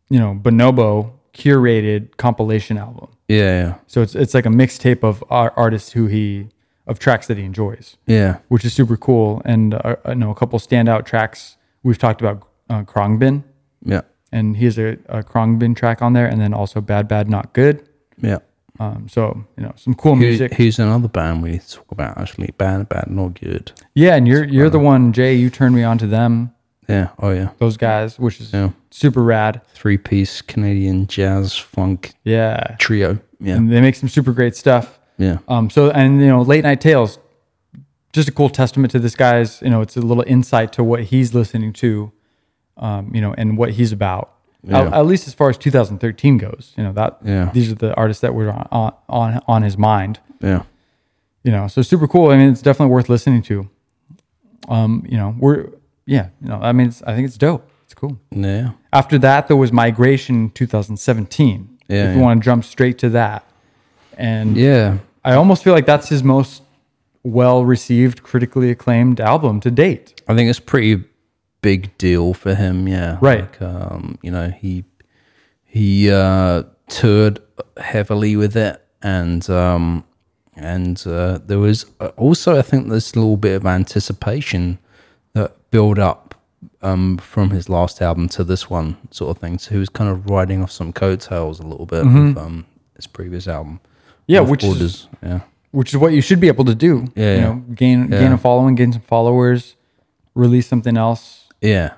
B: you know, Bonobo curated compilation album.
A: yeah.
B: So it's it's like a mixtape of ar- artists who he of tracks that he enjoys
A: Yeah.
B: which is super cool. And uh, I know a couple standout tracks we've talked about uh, Krongbin,
A: Yeah.
B: and he has a, a Krongbin track on there, and then also Bad Bad Not Good.
A: Yeah.
B: Um, so you know some cool
A: Who,
B: music.
A: who's another band we talk about actually? Bad, bad, not good.
B: yeah, and you're you're
A: Uh-huh.
B: the one, Jay. You turned me on to them,
A: Yeah. Oh yeah.
B: those guys, which is
A: Yeah.
B: super rad.
A: Three piece Canadian jazz funk
B: Yeah,
A: trio. Yeah.
B: and they make some super great stuff.
A: Yeah.
B: Um, so and you know, late night tales, just a cool testament to this guy's. You know, it's a little insight to what he's listening to, um, you know, and what he's about. At,
A: Yeah.
B: at least as far as 2013 goes, you know that
A: Yeah.
B: these are the artists that were on on on his mind.
A: Yeah.
B: You know, so super cool. I mean, it's definitely worth listening to. Um, you know, we're yeah, you know, I mean, it's, I think it's dope. It's cool.
A: Yeah.
B: After that, there was Migration 2017.
A: Yeah,
B: if you
A: yeah.
B: want to jump straight to that, and
A: Yeah.
B: I almost feel like that's his most well received, critically acclaimed album to date.
A: I think it's pretty big deal for him. Yeah,
B: Right.
A: Like, um, you know, he he uh, toured heavily with it, and um, and uh, there was also I think this little bit of anticipation that built up um, from his last album to this one, sort of thing. So he was kind of riding off some coattails a little bit of um, his previous album.
B: Mm-hmm. Yeah,
A: North
B: which is-
A: Borders, yeah,
B: Which is what you should be able to do.
A: Yeah,
B: you
A: yeah.
B: know, gain
A: Yeah.
B: gain a following, gain some followers, release something else,
A: yeah,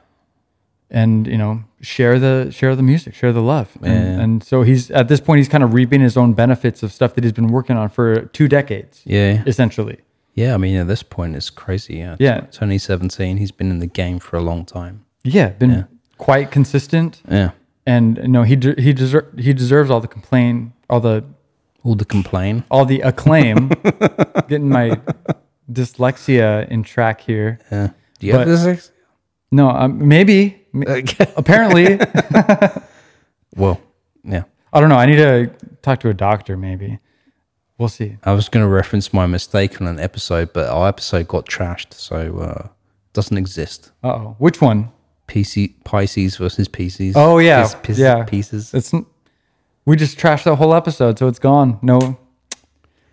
B: and you know, share the share the music, share the love. And,
A: Yeah.
B: and so he's at this point he's kind of reaping his own benefits of stuff that he's been working on for two decades,
A: yeah.
B: essentially.
A: Yeah, I mean, at this point, it's crazy. Yeah.
B: Yeah.
A: 2017, he's been in the game for a long time.
B: Yeah, been quite consistent,
A: Yeah.
B: and you know he de- he deser- he deserves all the complain, all the
A: All the complain.
B: all the acclaim. getting my dyslexia in track here.
A: Yeah. Do you have
B: But-
A: this?
B: No, um, maybe. M- Apparently,
A: well, yeah.
B: I don't know. I need to talk to a doctor. Maybe we'll see.
A: I was going to reference my mistake on an episode, but our episode got trashed, so uh, it doesn't exist.
B: Uh oh, which one?
A: PC Pisces versus Pisces.
B: Oh yeah,
A: Pis- pis-
B: yeah.
A: Pieces.
B: It's n- we just trashed the whole episode, so it's gone. No,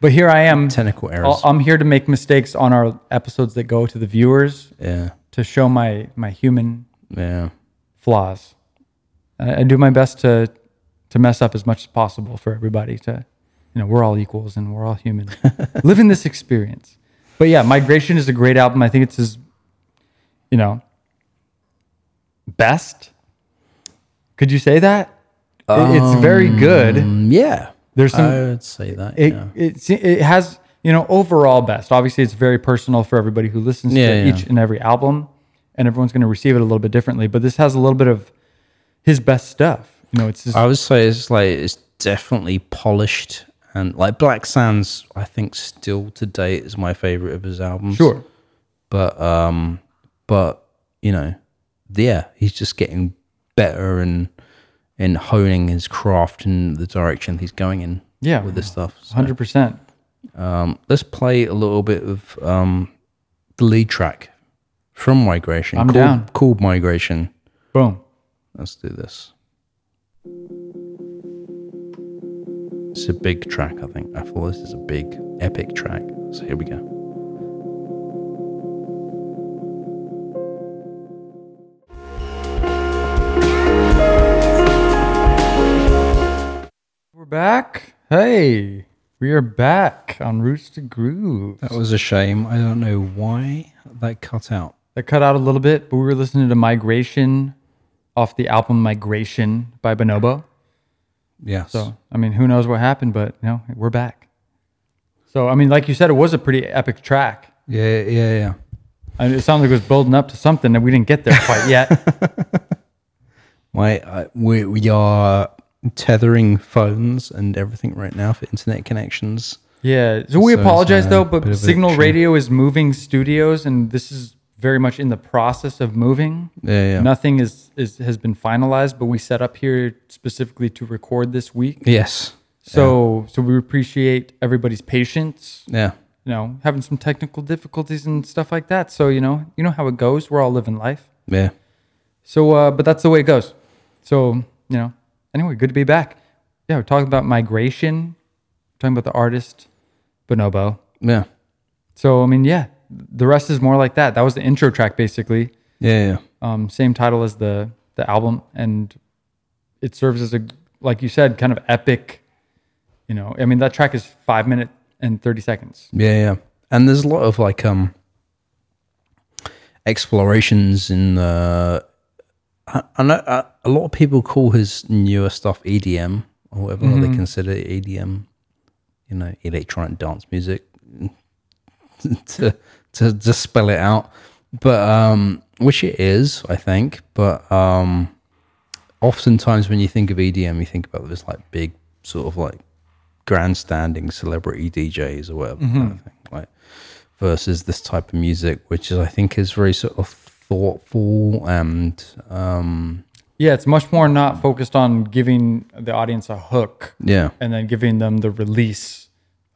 B: but here I am.
A: Technical errors.
B: I'll- I'm here to make mistakes on our episodes that go to the viewers
A: yeah.
B: to show my my human
A: Yeah.
B: flaws. I, I do my best to to mess up as much as possible for everybody to you know, we're all equals and we're all human. Living this experience. But yeah, Migration is a great album. I think it's his you know best. Could you say that? It- it's very good.
A: Mm, yeah.
B: There's some
A: I would say that.
B: it,
A: yeah.
B: it se- it has you know overall best. Obviously, it's very personal for everybody who listens
A: Yeah,
B: to
A: yeah.
B: each and every album, and everyone's going to receive it a little bit differently. But this has a little bit of his best stuff. You know, it's just,
A: I would say it's like it's definitely polished and like Black Sands. I think still to date is my favorite of his albums.
B: sure.
A: but um, but you know, yeah, he's just getting better and and honing his craft and the direction he's going in.
B: Yeah.
A: with this stuff. So,
B: Hundred percent.
A: um, let's play a little bit of um the lead track from Migration.
B: I'm
A: called,
B: down.
A: Called Migration.
B: Boom.
A: Let's do this. It's a big track, I think. I feel this is a big, epic track. So here we go.
B: We're back. Hey, We are back on Roots to Grooves.
A: That was a shame. I don't know why that cut out.
B: That cut out a little bit, but we were listening to Migration off the album Migration by Bonobo.
A: Yes.
B: So, I mean, who knows what happened, but you know, we're back. So, I mean, like you said, it was a pretty epic track.
A: Yeah, yeah, yeah.
B: I mean, it sounds like it was building up to something and we didn't get there
A: [LAUGHS]
B: quite yet.
A: My, uh, we we are tethering phones and everything right now for internet connections.
B: yeah. So we
A: So it's,
B: apologize
A: uh,
B: though,
A: bit
B: but
A: of a
B: Signal
A: shame.
B: Radio is moving studios and this is very much in the process of moving.
A: Yeah, yeah.
B: Nothing is, is has been finalized, but we set up here specifically to record this week.
A: Yes.
B: So so we appreciate everybody's patience.
A: Yeah.
B: You know, having some technical difficulties and stuff like that. So you know, you know how it goes. We're all living life.
A: Yeah.
B: So, uh, but that's the way it goes. So, you know, anyway, good to be back. Yeah, we're talking about migration, talking about the artist, Bonobo.
A: Yeah.
B: So, I mean, yeah, the rest is more like that. That was the intro track, basically.
A: Yeah. yeah.
B: Um, same title as the the album, and it serves as a, like you said, kind of epic. You know, I mean, that track is five minute and thirty seconds.
A: Yeah, yeah. And there's a lot of like um explorations in the. I, I know uh, a lot of people call his newer stuff EDM or whatever they consider EDM, you know, electronic dance music [LAUGHS] to to to spell it out, but um, which it is, I think. But um, oftentimes when you think of EDM, you think about this like big sort of like grandstanding celebrity DJs or whatever kind
B: Mm-hmm.
A: of thing, like versus this type of music, which is I think is very sort of thoughtful and um,
B: Yeah, it's much more not focused on giving the audience a hook.
A: yeah,
B: and then giving them the release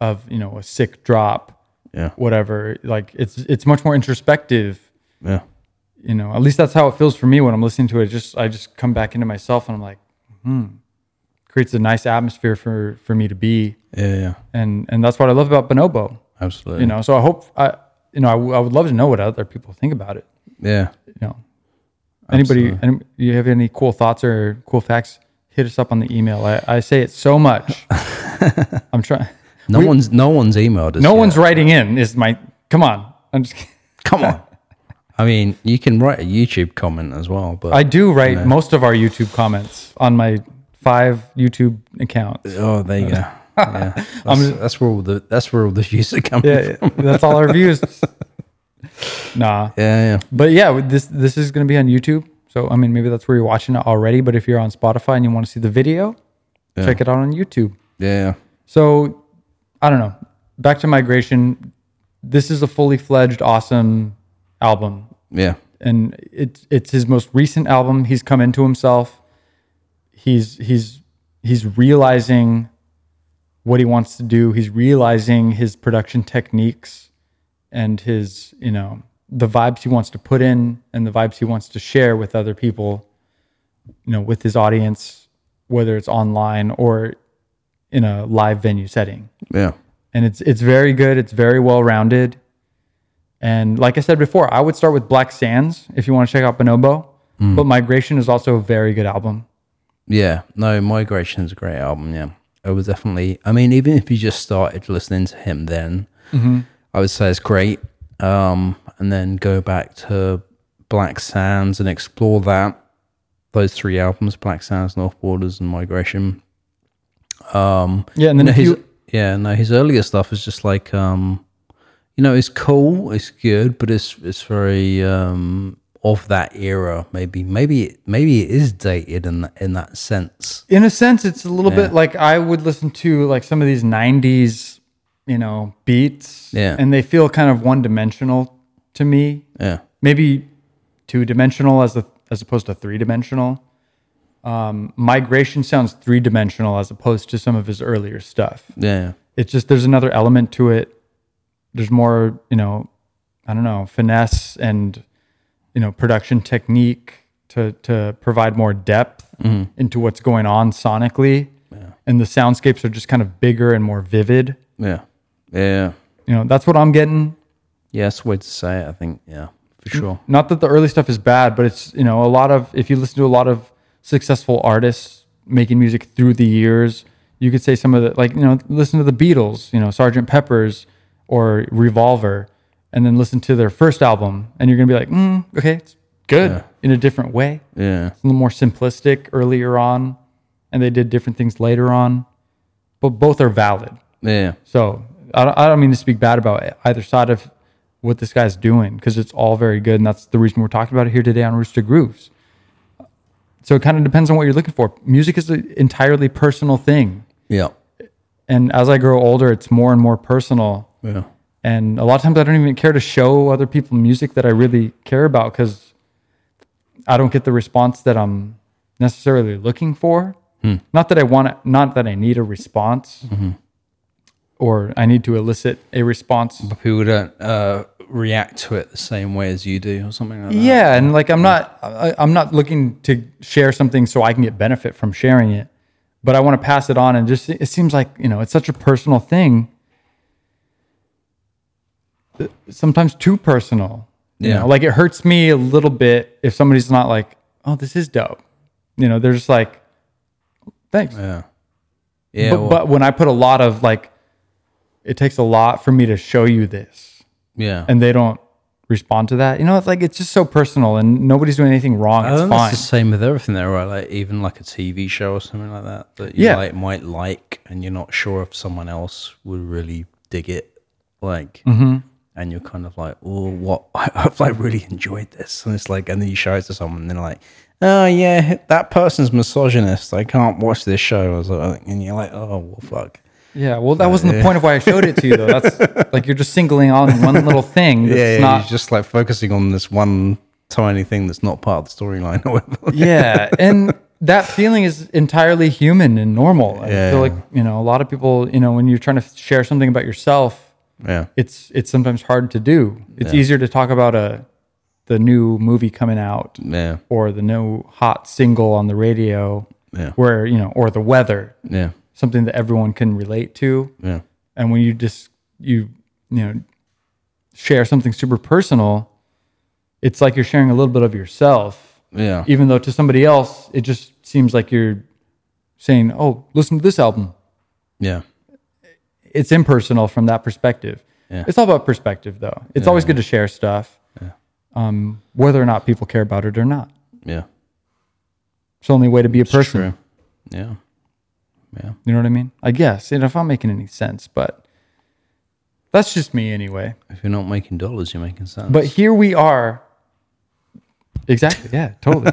B: of you know a sick drop
A: yeah,
B: whatever like it's it's much more introspective
A: yeah,
B: you know at least that's how it feels for me when i'm listening to it just i just come back into myself and i'm like hmm creates a nice atmosphere for for me to be
A: yeah, yeah,
B: and and that's what i love about bonobo
A: absolutely,
B: you know so i hope i you know I, w- I would love to know what other people think about it
A: yeah.
B: you know anybody any, you have any cool thoughts or cool facts hit us up on the email i, I say it so much i'm trying
A: No one's no one's emailed us.
B: No
A: yet.
B: one's writing in. Is my come on? I'm just. kidding.
A: come on. [LAUGHS] I mean, you can write a YouTube comment as well, but
B: I do write most of our YouTube comments on my five YouTube accounts.
A: oh, there you
B: [LAUGHS]
A: go. Yeah, that's, that's where all the that's where all the views are coming.
B: Yeah, that's all our views. [LAUGHS] Nah,
A: from. yeah, yeah.
B: but yeah, with this this is going to be on YouTube. So I mean, maybe that's where you're watching it already. But if you're on Spotify and you want to see the video, check it out on YouTube.
A: Yeah.
B: So I don't know. Back to migration. This is a fully fledged, awesome album.
A: Yeah.
B: and it's it's his most recent album. He's come into himself. He's he's he's realizing what he wants to do. He's realizing his production techniques and his you know the vibes he wants to put in and the vibes he wants to share with other people. You know, with his audience, whether it's online or in a live venue setting
A: Yeah.
B: and it's it's very good. It's very well rounded. And like I said before, I would start with Black Sands if you want to check out Bonobo. But Migration is also a very good album.
A: Yeah, no, Migration's a great album. Yeah, I would definitely. I mean, even if you just started listening to him then, I would say it's great. Um, and then go back to Black Sands and explore that. Those three albums: Black Sands, North Borders, and Migration.
B: Yeah, and then
A: No,
B: if
A: his,
B: you,
A: yeah, no, his earlier stuff is just like, um, you know, it's cool, it's good, but it's it's very um of that era. Maybe, maybe, maybe it is dated in that, in that sense.
B: in a sense, it's a little bit like I would listen to like some of these '90s, you know, beats.
A: Yeah.
B: and they feel kind of one dimensional to me.
A: Yeah,
B: maybe two dimensional as a, as opposed to three dimensional. Um, Migration sounds three dimensional as opposed to some of his earlier stuff.
A: yeah.
B: it's just there's another element to it. There's more, you know, I don't know, finesse and you know production technique to to provide more depth into what's going on sonically. And the soundscapes are just kind of bigger and more vivid.
A: Yeah. Yeah.
B: You know, that's what I'm getting.
A: Yeah, that's the way to say it, I think. Yeah, for sure.
B: Not that the early stuff is bad, but it's you know a lot of if you listen to a lot of successful artists making music through the years, you could say some of the like you know listen to the Beatles, you know Sergeant Pepper's or Revolver, and then listen to their first album, and you're gonna be like, mm, okay, it's good
A: Yeah.
B: in a different way,
A: Yeah.
B: a little more simplistic earlier on, and they did different things later on, but both are valid.
A: Yeah.
B: So I don't, I don't mean to speak bad about either side of what this guy's doing because it's all very good, and that's the reason we're talking about it here today on Rooster Grooves. So it kind of depends on what you're looking for. Music is an entirely personal thing,
A: Yeah.
B: and as I grow older, it's more and more personal.
A: Yeah.
B: And a lot of times, I don't even care to show other people music that I really care about because I don't get the response that I'm necessarily looking for. Not that I want, it, not that I need a response, or I need to elicit a response
A: People don't uh, react to it the same way as you do, or something like that.
B: yeah and like i'm not I, i'm not looking to share something so i can get benefit from sharing it but i want to pass it on and just it seems like you know it's such a personal thing Uh, sometimes too personal you
A: Yeah.
B: know? like it hurts me a little bit if somebody's not like oh this is dope you know they're just like thanks
A: Yeah. Yeah.
B: but,
A: well,
B: but when i put a lot of like it takes a lot for me to show you this
A: yeah.
B: and they don't respond to that. You know, it's like it's just so personal and nobody's doing anything wrong.
A: I
B: It's
A: think
B: fine.
A: that's the same with everything, though, right? Like even like a TV show or something like that that you
B: Yeah.
A: like might like, and you're not sure if someone else would really dig it, like, and you're kind of like, oh, what? [LAUGHS] I, I've like really enjoyed this, and it's like, and then you show it to someone, and they're like, oh yeah, that person's misogynist. I can't watch this show, or something. and you're like, oh well, fuck.
B: yeah. Well, that wasn't the point of why I showed it to you though. [LAUGHS] That's like you're just singling out on one little [LAUGHS] thing. That's
A: yeah,
B: not.
A: you're just like focusing on this one tiny thing that's not part of the storyline or [LAUGHS] whatever.
B: yeah, and that feeling is entirely human and normal. I
A: Yeah.
B: feel like you know a lot of people. You know, when you're trying to share something about yourself,
A: yeah,
B: it's it's sometimes hard to do. It's easier to talk about a the new movie coming out
A: yeah,
B: or the new hot single on the radio,
A: Yeah.
B: where you know, or the weather.
A: yeah,
B: something that everyone can relate to.
A: yeah.
B: And when you just you you know share something super personal, it's like you're sharing a little bit of yourself.
A: Yeah.
B: Even though to somebody else, it just seems like you're saying, "Oh, listen to this album."
A: Yeah.
B: It's impersonal from that perspective.
A: Yeah.
B: It's all about perspective, though. It's always good to share stuff, um, whether or not people care about it or not.
A: Yeah.
B: It's the only way to be a person.
A: True. Yeah. Yeah.
B: You know what I mean? I guess. And if I'm making any sense, but that's just me anyway.
A: If you're not making dollars, you're making sense.
B: But here we are. Exactly. Yeah, totally.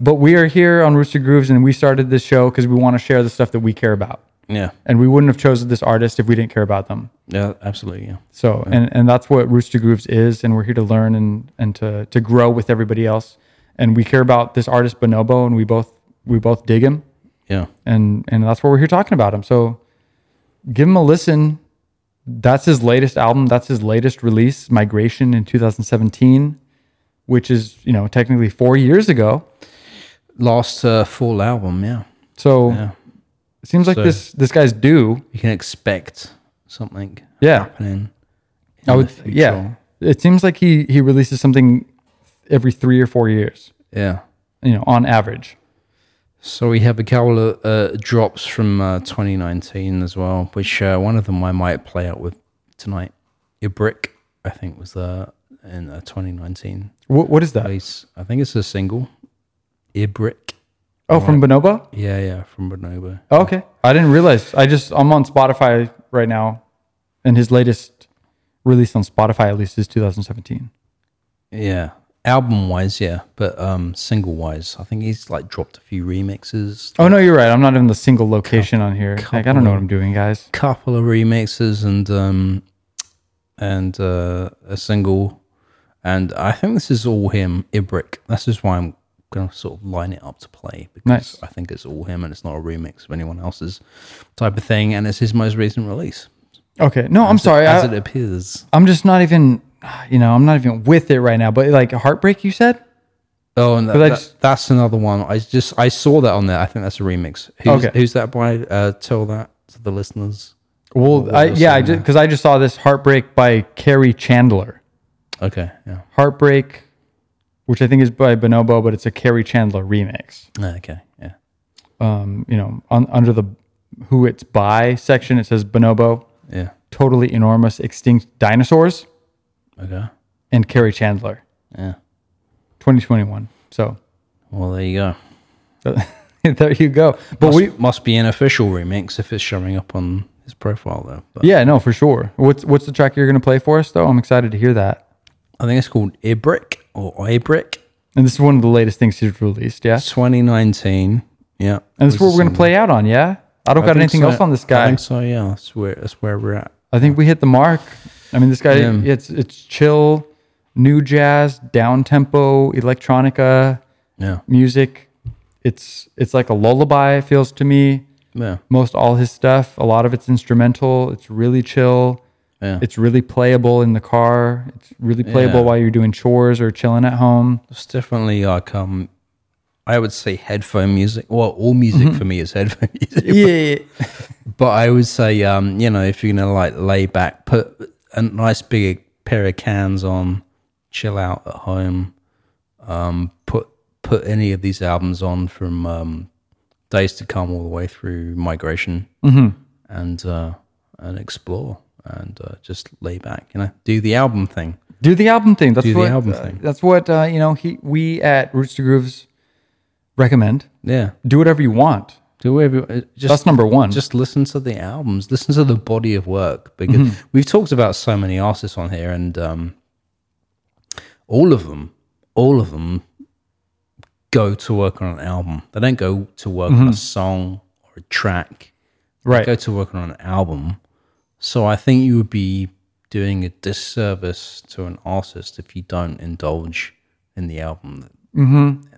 B: but we are here on Rooster Grooves and we started this show because we want to share the stuff that we care about.
A: yeah.
B: And we wouldn't have chosen this artist if we didn't care about them.
A: Yeah. Absolutely. Yeah.
B: So and, and that's what Rooster Grooves is, and we're here to learn and, and to to grow with everybody else. And we care about this artist Bonobo and we both we both dig him
A: Yeah.
B: and and that's what we're here talking about him. So give him a listen. That's his latest album. That's his latest release, Migration in 2017, which is you know technically four years ago.
A: Last uh, full album. Yeah.
B: So
A: Yeah.
B: it seems like
A: So-
B: this this guy's due.
A: You can expect something
B: Yeah,
A: happening. in
B: I would.
A: the future.
B: Yeah, it seems like he he releases something every three or four years,
A: Yeah.
B: you know, on average.
A: So we have a couple of uh, drops from uh, 2019 as well, which uh, one of them I might play out with tonight. Ibrick, I think, was uh, in uh, 2019
B: What what is that?
A: release. I think it's a single. Ibrick.
B: Oh, from Bonobo.
A: Yeah, yeah, from Bonobo.
B: Oh, okay. I didn't realize. I just I'm on Spotify right now, and his latest release on Spotify at least is 2017.
A: Yeah. Album wise, yeah. But um single wise, I think he's like dropped a few remixes,
B: Oh no, you're right. I'm not in the single location on here. Like, I don't know what I'm doing, guys.
A: couple of remixes and um and uh a single. And I think this is all him, Ibrick. That's just why I'm gonna sort of line it up to play because
B: Nice.
A: I think it's all him and it's not a remix of anyone else's type of thing and it's his most recent release.
B: Okay. No, I'm sorry.
A: As it
B: I,
A: appears.
B: I'm just not even. You know, I'm not even with it right now. But like heartbreak, you said.
A: Oh, and that,
B: I
A: that-
B: just-
A: that's another one. I just I saw that on there. I think that's a remix. Who's,
B: Okay.
A: who's that by? Uh, tell that to the listeners.
B: Well, I, yeah, I because I just saw this heartbreak by Carrie Chandler.
A: Okay. Yeah.
B: Heartbreak, which I think is by Bonobo, but it's a Carrie Chandler remix.
A: Okay. Ah, Yeah.
B: Um, you know, on, under the who it's by section, it says Bonobo,
A: Yeah.
B: totally enormous extinct dinosaurs,
A: Okay.
B: and Carrie Chandler,
A: Yeah.
B: 2021. So [LAUGHS]
A: Well, there you go.
B: there you go. But
A: Must,
B: we,
A: must be an official remix if it's showing up on his profile though. But
B: yeah, no, for sure. What's what's the track you're gonna play for us though? I'm excited to hear that.
A: I think it's called Ibrick or Ibrick
B: And this is one of the latest things he's released, yeah.
A: 2019. Yeah.
B: And this is what we're gonna play out on, yeah. I don't got anything else on this guy.
A: I think so. Yeah. That's where that's where we're at.
B: I think we hit the mark. I mean, this guy, it's it's chill, new jazz, down tempo, electronica
A: Yeah.
B: music. It's it's like a lullaby. It feels to me.
A: Yeah.
B: Most all his stuff, a lot of it's instrumental. It's really chill.
A: Yeah.
B: It's really playable in the car. It's really playable
A: Yeah.
B: while you're doing chores or chilling at home.
A: It's definitely like um, I would say headphone music. Well, all music
B: Mm-hmm.
A: for me is headphone [LAUGHS] music.
B: Yeah,
A: But I would say, um, you know, if you're gonna like lay back, put a nice big pair of cans on, chill out at home. Um, put put any of these albums on from um, Days to Come all the way through Migration, and uh, and explore and uh, just lay back. You know, do the album thing.
B: do the album thing. That's
A: Do the
B: what,
A: album
B: uh,
A: thing.
B: That's what uh, you know. He we at Roots to Grooves recommend.
A: Yeah,
B: Do whatever you want.
A: do whatever. uh, Just
B: That's number one.
A: Just listen to the albums, listen to the body of work because we've talked about so many artists on here, and um, all of them, all of them go to work on an album. They don't go to work on a song or a track.
B: right.
A: They go to work on an album. So I think you would be doing a disservice to an artist if you don't indulge in the album, that,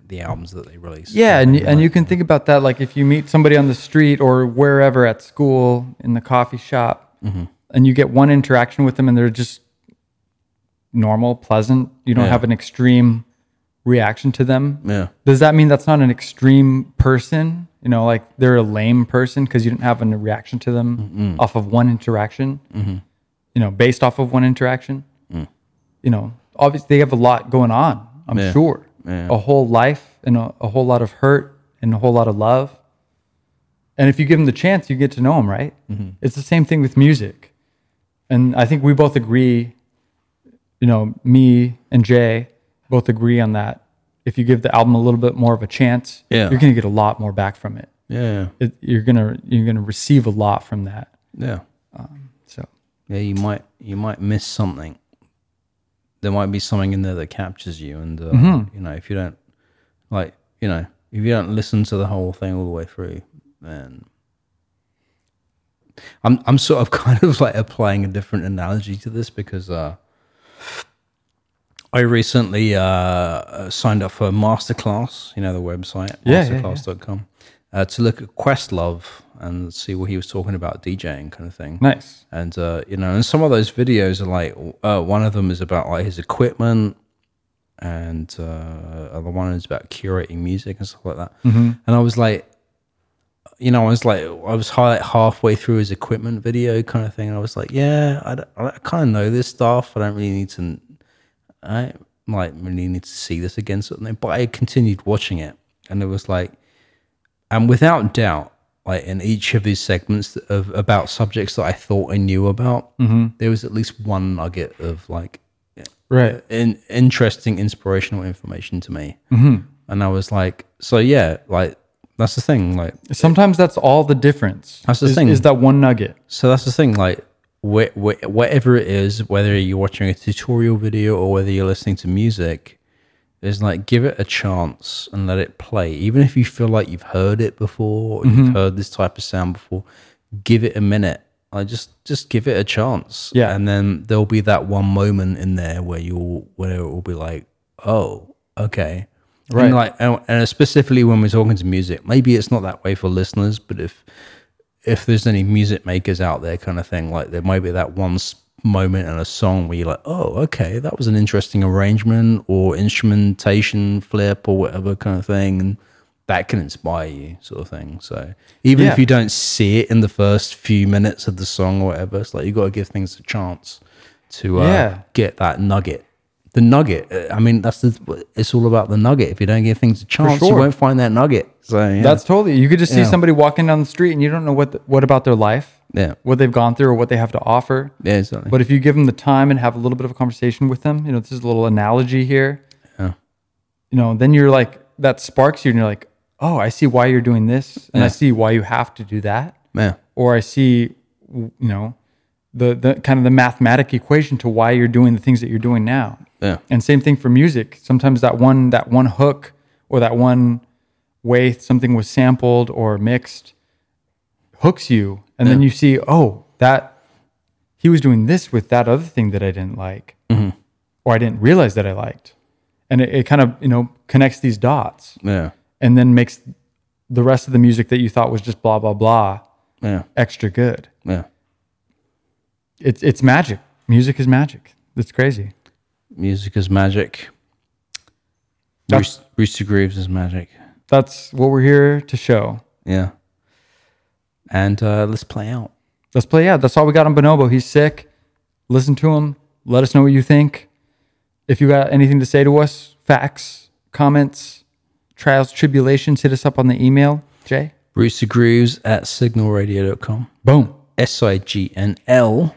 A: the albums that they release.
B: Yeah, and and you can think about that like if you meet somebody on the street or wherever at school in the coffee shop, and you get one interaction with them, and they're just normal, pleasant. You don't have an extreme reaction to them.
A: Yeah.
B: Does that mean that's not an extreme person? You know, like they're a lame person because you didn't have a reaction to them off of one interaction.
A: Mm-hmm.
B: You know, based off of one interaction.
A: Mm.
B: You know, obviously they have a lot going on. I'm
A: Yeah.
B: sure a whole life and a, a whole lot of hurt and a whole lot of love. And if you give them the chance, you get to know them, right?
A: Mm-hmm.
B: It's the same thing with music. And I think we both agree, you know, me and Jay both agree on that. If you give the album a little bit more of a chance,
A: Yeah.
B: you're going to get a lot more back from it.
A: Yeah.
B: it you're going to you're going to receive a lot from that.
A: Yeah.
B: So,
A: yeah you might you might miss something there might be something in there that captures you and uh,
B: Mm-hmm.
A: you know if you don't like you know if you don't listen to the whole thing all the way through then i'm i'm sort of [LAUGHS] kind of like applying a different analogy to this because uh I recently uh, signed up for Masterclass, you know, the website,
B: Yeah, yeah, yeah.
A: masterclass.com, Uh, to look at Questlove and see what he was talking about DJing kind of thing
B: nice.
A: and uh, you know, and some of those videos are like uh, one of them is about like his equipment, and uh, the one is about curating music and stuff like that. And I was like, you know, I was like, I was hi- halfway through his equipment video kind of thing. And I was like, yeah, I, don't- I kind of know this stuff. I don't really need to, I like really need to see this again. Something, but I continued watching it, and it was like, and without doubt, like in each of his segments of about subjects that I thought I knew about, there was at least one nugget of like
B: Right.
A: in, interesting, inspirational information to me. And I was like, so yeah, like that's the thing. Like,
B: Sometimes that's all the difference.
A: That's the
B: is-
A: thing.
B: Is that one nugget?
A: so that's the thing. Like, wh- wh- whatever it is, whether you're watching a tutorial video or whether you're listening to music, is like give it a chance and let it play. Even if you feel like you've heard it before, or
B: Mm-hmm.
A: you've heard this type of sound before, give it a minute. I just just give it a chance.
B: Yeah.
A: And then there'll be that one moment in there where you'll where it will be like, oh, okay.
B: Right.
A: And like and, and specifically when we're talking to music, maybe it's not that way for listeners, but if if there's any music makers out there kind of thing, like there might be that one s- moment in a song where you're like, oh, okay, that was an interesting arrangement or instrumentation flip or whatever kind of thing. And that can inspire you, sort of thing. So even if
B: Yeah.
A: you don't see it in the first few minutes of the song or whatever, it's like you got to give things a chance to uh,
B: Yeah.
A: get that nugget the nugget. uh, I mean, that's the, it's all about the nugget. If you don't give things a chance, you
B: sure.
A: won't find that nugget. So yeah.
B: That's totally. You could just see
A: Yeah.
B: somebody walking down the street and you don't know what the, what about their life,
A: Yeah.
B: what they've gone through, or what they have to offer.
A: yeah, exactly.
B: But if you give them the time and have a little bit of a conversation with them, you know, this is a little analogy here.
A: Yeah.
B: You know, then you're like that sparks you, and you're like, oh, I see why you're doing this, and I
A: Yeah.
B: see why you have to do that,
A: yeah,
B: or I see, w- you know, the the kind of the mathematic equation to why you're doing the things that you're doing now.
A: yeah,
B: And same thing for music. Sometimes that one that one hook or that one way something was sampled or mixed hooks you, and then you see, oh, that he was doing this with that other thing that I didn't like, or I didn't realize that I liked, and it, it kind of you know connects these dots,
A: yeah,
B: and then makes the rest of the music that you thought was just blah blah blah
A: yeah,
B: extra good.
A: yeah.
B: It's it's magic. Music is magic. It's crazy.
A: Music is magic.
B: That's-
A: Rooster, Rooster Grooves is magic.
B: That's what we're here to show.
A: Yeah. And uh, let's play out.
B: let's play out. That's all we got on Bonobo. He's sick. Listen to him. Let us know what you think. If you got anything to say to us, facts, comments, trials, tribulations, hit us up on the email. Jay.
A: Rooster Grooves at signalradio.com.
B: Boom.
A: S I G N L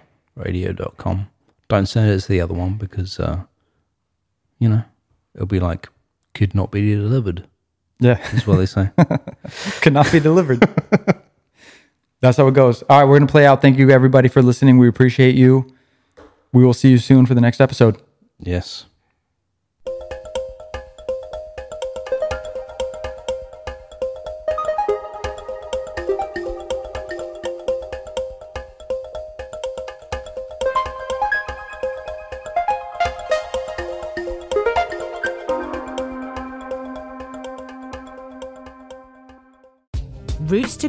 A: radio.com. Don't send it to the other one because, uh, you know, it'll be like, could not be delivered,
B: Yeah. [LAUGHS]
A: is what they say.
B: Could not be delivered. That's how it goes. All right, we're gonna play out. Thank you everybody for listening. We appreciate you. We will see you soon for the next episode.
A: yes.
E: Roots to